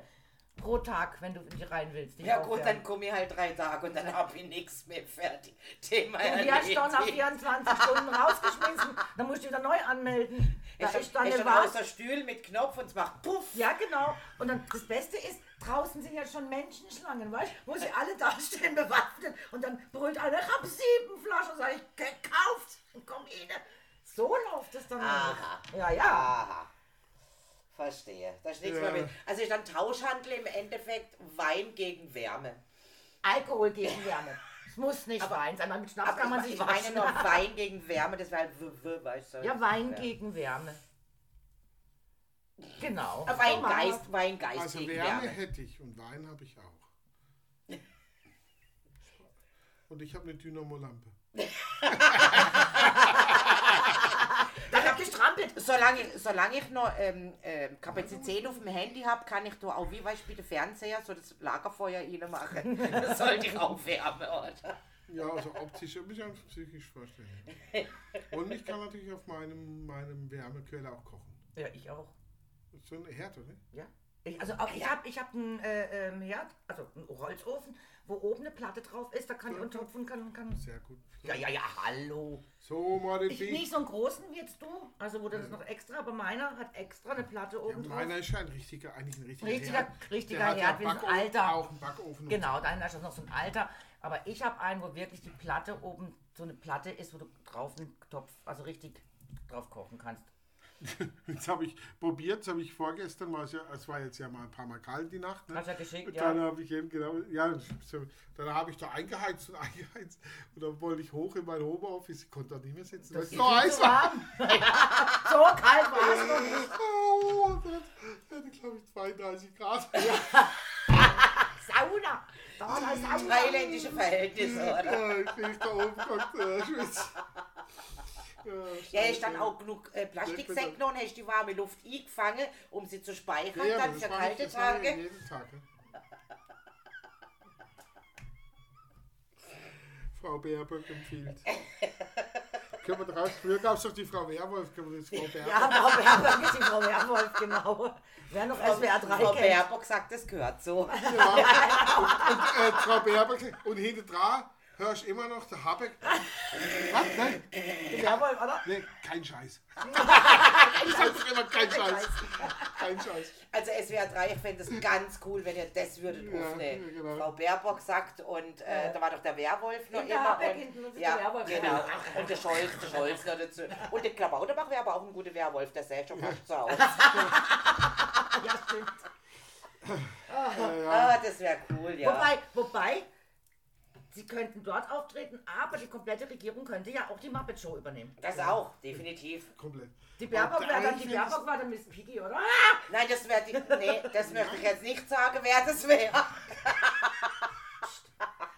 Speaker 3: pro Tag, wenn du in die rein willst. die
Speaker 1: Ja
Speaker 3: ich
Speaker 1: gut,
Speaker 3: aufwärme.
Speaker 1: dann komme ich halt drei Tage und dann habe ich nichts mehr fertig. Thema
Speaker 3: Und die hast du dann nach
Speaker 1: erledigt.
Speaker 3: 24 Stunden rausgeschmissen. Dann musst du wieder neu anmelden. Da
Speaker 1: Ich
Speaker 3: ist dann
Speaker 1: habe
Speaker 3: eine
Speaker 1: schon aus
Speaker 3: Vase.
Speaker 1: der Stühl mit Knopf und es macht Puff.
Speaker 3: Ja, genau. Und dann das Beste ist, draußen sind ja schon Menschenschlangen, weißt du, wo sie alle dastehen, bewaffnet. Und dann brüllt einer, ich hab sieben Flaschen, sag ich, gekauft. Und komm rein. So läuft es dann.
Speaker 1: Aha.
Speaker 3: Ja, ja.
Speaker 1: Aha. Verstehe. Da ist nichts
Speaker 2: Ja.
Speaker 1: mehr mit. Also ist dann Tauschhandel im Endeffekt Wein gegen Wärme.
Speaker 3: Alkohol gegen Wärme. Es muss nicht Wein sein, weil mit Schnaps
Speaker 1: Aber
Speaker 3: kann man
Speaker 1: ich,
Speaker 3: sich
Speaker 1: ich meine
Speaker 3: waschen.
Speaker 1: nur Wein gegen Wärme, das wäre halt w -w weißt du.
Speaker 3: Ja, Wein gegen Wärme. Genau.
Speaker 1: Äh,
Speaker 3: So machen wir's.
Speaker 1: Weingeist, Weingeist
Speaker 2: Also
Speaker 1: gegen
Speaker 2: Wärme
Speaker 1: Wärme.
Speaker 2: hätte ich und Wein habe ich auch. Und ich habe eine Dynamolampe.
Speaker 3: Dann hab ich gestrampelt.
Speaker 1: Solange ich, solange ich noch ähm, ähm, Kapazität auf dem Handy habe, kann ich da auch, wie weißt du, bei den Fernseher so das Lagerfeuer reinmachen. Das sollte ich auch wärmen, oder?
Speaker 2: Ja, also optisch, ich mich einfach psychisch vorstellen. Und ich kann natürlich auf meinem, meinem Wärmequelle auch kochen.
Speaker 3: Ja, ich auch.
Speaker 2: Das ist so eine Herd, oder?
Speaker 3: Ja. Ich, also auch, ich habe ich hab einen äh, ähm, Herd, also einen Holzofen, wo oben eine Platte drauf ist, da kann ich untertupfen, kann, kann.
Speaker 2: Sehr gut.
Speaker 3: Ja, ja, ja, hallo.
Speaker 2: So, Model
Speaker 3: Ich
Speaker 2: B.
Speaker 3: nicht so einen großen wie jetzt du, also wo das ist noch extra, aber meiner hat extra eine Platte oben
Speaker 2: Ja,
Speaker 3: drauf.
Speaker 2: meiner ist ja ein richtiger, eigentlich ein richtiger,
Speaker 3: Richtiger-
Speaker 2: Herd.
Speaker 3: richtiger
Speaker 2: Der hat
Speaker 3: Herd, wie so ein
Speaker 2: Backofen,
Speaker 3: alter.
Speaker 2: Auch einen Backofen.
Speaker 3: Genau, deiner ist das noch so ein alter, aber ich habe einen, wo wirklich die Platte oben so eine Platte ist, wo du drauf einen Topf, also richtig drauf kochen kannst.
Speaker 2: Jetzt habe ich probiert, jetzt habe ich vorgestern, war es, ja, es war jetzt ja mal ein paar Mal kalt die Nacht. Ne?
Speaker 3: Hast ja geschickt,
Speaker 2: und dann
Speaker 3: ja.
Speaker 2: habe ich eben genau, ja, so, dann habe ich da eingeheizt und eingeheizt und dann wollte ich hoch in mein Homeoffice, ich konnte da nicht mehr sitzen, weil es so
Speaker 3: Viel
Speaker 2: heiß
Speaker 3: zu
Speaker 2: war.
Speaker 3: warm. so kalt war es noch nicht.
Speaker 2: Oh, und dann hatte glaube ich 32 Grad.
Speaker 3: Sauna. Da war eine Sauna.
Speaker 1: Thailändische Verhältnisse, oder?
Speaker 2: Ja, ich bin da oben geguckt, äh, schwitz.
Speaker 1: Ja, hast dann auch genug äh, Plastiksäcke und hast die warme Luft eingefangen, um sie zu
Speaker 2: ja,
Speaker 1: speichern,
Speaker 2: ja, aber
Speaker 1: dann
Speaker 2: das
Speaker 1: für
Speaker 2: mache ich-
Speaker 1: kalte
Speaker 2: das mache ich
Speaker 1: Tage.
Speaker 2: Jeden Tag. Ne? Frau Baerböck empfiehlt. können wir draus, früher gab es doch die Frau Werwolf, können wir das Frau Baerböck.
Speaker 3: Ja, Frau Werwolf, die Frau Werwolf, genau. Wer noch SWR 3
Speaker 1: Frau
Speaker 3: kennt.
Speaker 1: Baerbock sagt, das gehört so.
Speaker 2: Ja. Und, und äh, Frau Baerböck, und hinten dran hörst du immer noch der Habeck. Was? Nein,
Speaker 3: Die Werwolf, oder?
Speaker 2: nee, kein Scheiß. ich sag's immer, kein Scheiß. Kein Scheiß.
Speaker 1: Also SWR 3, ich fände es ganz cool, wenn ihr das würdet
Speaker 2: Ja,
Speaker 1: aufnehmen.
Speaker 2: ja, genau.
Speaker 1: Frau Baerbock sagt und äh, da war doch der Werwolf noch
Speaker 3: In der
Speaker 1: immer.
Speaker 3: Habeck
Speaker 1: und,
Speaker 3: hinten, das ist
Speaker 1: ja,
Speaker 3: der Werwolf.
Speaker 1: genau. Und der Scholz, der Scholz noch dazu. Und der Klabauterbach wäre aber auch ein guter Werwolf, der sähe schon fast so aus.
Speaker 3: Ja, stimmt.
Speaker 1: Ah, das wäre cool, ja.
Speaker 3: Wobei, wobei, sie könnten dort auftreten, aber die komplette Regierung könnte ja auch die Muppet Show übernehmen.
Speaker 1: das auch, definitiv.
Speaker 2: Komplett.
Speaker 3: Die Baerbock,
Speaker 2: Und
Speaker 3: war dann,
Speaker 2: eigentlich
Speaker 3: die
Speaker 2: find's-
Speaker 3: Baerbock war dann Miss Piggy, oder?
Speaker 1: Nein, das wäre die. Nee, das möchte ich jetzt nicht sagen, wer das wäre.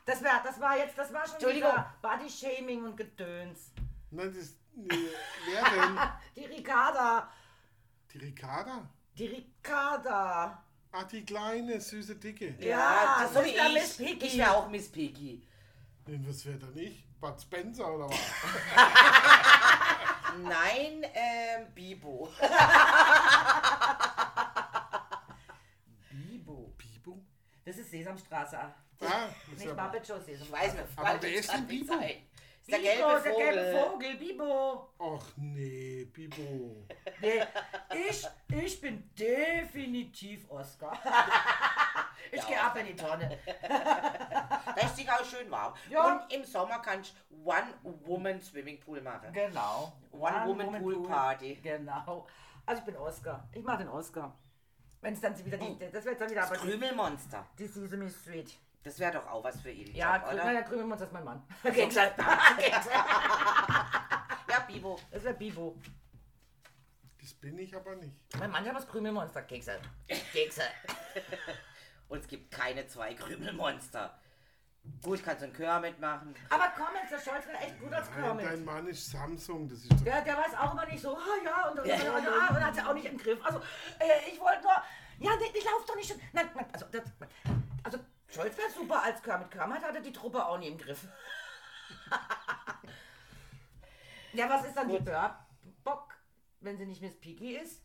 Speaker 3: Das war, das war jetzt, das war schon
Speaker 1: Entschuldigung.
Speaker 3: wieder Body-Shaming und Gedöns.
Speaker 2: Nein, das, nee, wer denn?
Speaker 3: Die Ricarda,
Speaker 2: Die Ricarda?
Speaker 3: die Ricarda.
Speaker 2: Ah, die kleine, süße Dicke.
Speaker 3: Ja,
Speaker 1: so
Speaker 3: das
Speaker 1: wie
Speaker 3: wär
Speaker 1: ich.
Speaker 3: Miss Piggy.
Speaker 1: Ich wäre auch Miss Piggy.
Speaker 2: Nee, was wäre dann ich? Bud Spencer oder was?
Speaker 1: Nein, ähm, Bibo.
Speaker 3: Bibo.
Speaker 2: Bibo?
Speaker 3: Das ist Sesamstraße.
Speaker 2: Ah, ist
Speaker 3: Nicht
Speaker 2: ja,
Speaker 3: Muppet Show, Sesamstraße.
Speaker 1: Weiß mir,
Speaker 2: Aber
Speaker 1: fällt
Speaker 2: wer
Speaker 1: jetzt
Speaker 2: ist denn
Speaker 1: grad nicht
Speaker 2: Bibo?
Speaker 1: ein. Ist der
Speaker 3: Bibo,
Speaker 1: gelbe
Speaker 3: der gelbe
Speaker 1: Vogel.
Speaker 3: Vogel, Bibo.
Speaker 2: ach nee, Bibo.
Speaker 3: Nee, ich, ich bin definitiv Oscar. Ich gehe ab in die Tonne.
Speaker 1: Da ist sich auch schön warm.
Speaker 3: Ja.
Speaker 1: Und im Sommer kannst du One-Woman-Swimmingpool machen.
Speaker 3: Genau.
Speaker 1: One-Woman-Pool-Party.
Speaker 3: Genau. Also ich bin Oscar. Ich
Speaker 1: Oh.
Speaker 3: mache den Oscar. Wenn es dann wieder die, das wird dann wieder aber
Speaker 1: Krümelmonster.
Speaker 3: die Sesame Street.
Speaker 1: Das wäre doch auch was für ihn.
Speaker 3: Ja,
Speaker 1: Job,
Speaker 3: Krümel,
Speaker 1: oder?
Speaker 3: ja, Krümel, das ist mein Mann.
Speaker 1: Okay, klar. Okay, klar. ja, Bibo.
Speaker 3: Das wäre Bibo.
Speaker 2: Das bin ich aber nicht.
Speaker 3: Mein Mann hat was Krümelmonster. Kekse. Kekse.
Speaker 1: Und es gibt keine zwei Krümelmonster. Gut, kannst du einen Kermit machen.
Speaker 3: Aber Comments, der Scholz wäre echt gut als
Speaker 2: Nein, dein
Speaker 3: Comment.
Speaker 2: Mann ist Samsung, das ist doch.
Speaker 3: Der, der weiß auch immer nicht so, ah ja, und dann
Speaker 1: Ja.
Speaker 3: ja, ja, und hat sie auch nicht im Griff. Also, äh, ich wollte nur, ja, nee, ich lauf doch nicht schon. Nein, nein, also, das, also Scholz wäre super als Kermit. Kermit hatte die Truppe auch nie im Griff. ja, was ist dann die Bock, wenn sie nicht Miss Piggy ist?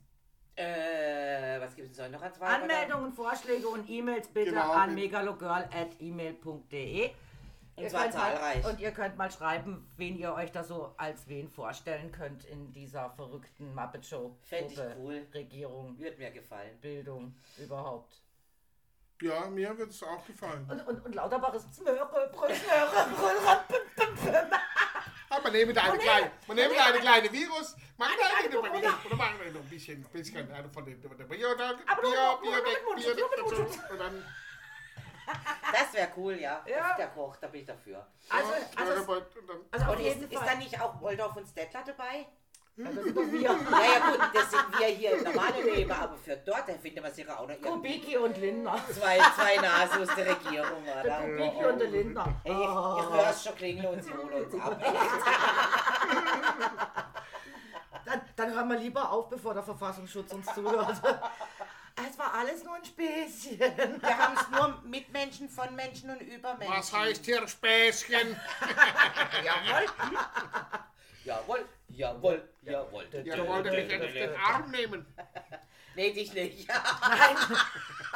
Speaker 1: Äh, was gibt es denn sonst noch als Wahl?
Speaker 3: Anmeldungen, Vorschläge und E-Mails bitte
Speaker 2: Genau,
Speaker 3: an e
Speaker 2: mit-
Speaker 3: megalogirl.email.de.
Speaker 1: Und
Speaker 3: Ihr
Speaker 1: zwar
Speaker 3: könnt
Speaker 1: zahlreich.
Speaker 3: Mal, und ihr könnt mal schreiben, wen ihr euch da so als wen vorstellen könnt in dieser verrückten Muppet Show.
Speaker 1: Fänd ich
Speaker 3: Gruppe,
Speaker 1: cool.
Speaker 3: Regierung,
Speaker 1: Würde mir gefallen.
Speaker 3: Bildung, überhaupt.
Speaker 2: Ja, mir wird es auch gefallen.
Speaker 3: Und, und, und Lauterbach ist Möhre, Brüll, Möhre, Brüll, Röp, Püm, Püm, Püm.
Speaker 2: Ah, man nehmt eine kleine, man nehmt eine kleine Virus, man
Speaker 3: kleine
Speaker 2: nehmt eine
Speaker 3: Corona.
Speaker 2: oder machen wir noch ein bisschen, bisschen eine von dem, von dem Biotag,
Speaker 3: Aber nur-
Speaker 2: Bio,
Speaker 3: nur- nur mit
Speaker 2: Biotech,
Speaker 3: Mundschutz, nur mit
Speaker 2: Biotech, und dann
Speaker 1: Das wäre cool, ja.
Speaker 3: Ja.
Speaker 1: Auf Der Koch, da bin ich dafür.
Speaker 3: Also,
Speaker 2: ja,
Speaker 3: also,
Speaker 2: Steuerbord und dann
Speaker 3: also auf
Speaker 1: Und ist,
Speaker 3: jeden
Speaker 1: ist
Speaker 3: Fall.
Speaker 1: da nicht auch Waldorf und Stettler dabei?
Speaker 3: das sind doch also, wir.
Speaker 1: Ja, ja, gut, das sind wir hier im normalen Leben, aber für dort erfinden wir sicher auch noch irgendwie
Speaker 3: Kubicki und Lindner.
Speaker 1: zwei, zwei Nasen aus der Regierung,
Speaker 3: Der
Speaker 1: oder? Oh,
Speaker 3: Kubicki und der Oh. Lindner.
Speaker 1: Ich, ich hör's schon klingeln und sie holen uns ab.
Speaker 3: Dann, dann hören wir lieber auf, bevor der Verfassungsschutz uns zuhört. Es war alles nur ein Späßchen.
Speaker 1: Wir haben es nur mit Menschen, von Menschen und über Menschen.
Speaker 2: was heißt hier Späßchen?
Speaker 3: Jawohl.
Speaker 1: Jawohl, jawohl, jawohl.
Speaker 2: Ihr wollt mich jetzt in den Arm nehmen.
Speaker 1: Nee, dich nicht.
Speaker 3: Nein.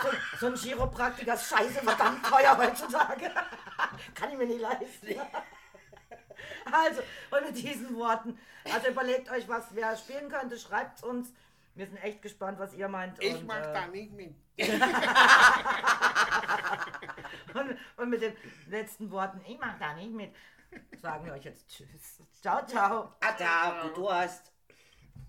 Speaker 3: So, so ein Chiropraktiker ist scheiße verdammt teuer heutzutage. Kann ich mir nicht leisten. Also, und mit diesen Worten. Also überlegt euch, was wer spielen könnte. Schreibt uns. Wir sind echt gespannt, was ihr meint.
Speaker 2: Ich
Speaker 3: und,
Speaker 2: mach
Speaker 3: äh,
Speaker 2: da nicht mit.
Speaker 3: Und, und mit den letzten Worten, ich mach da nicht mit, sagen wir euch jetzt Tschüss. Ciao, ciao.
Speaker 1: Ah, da, du hast.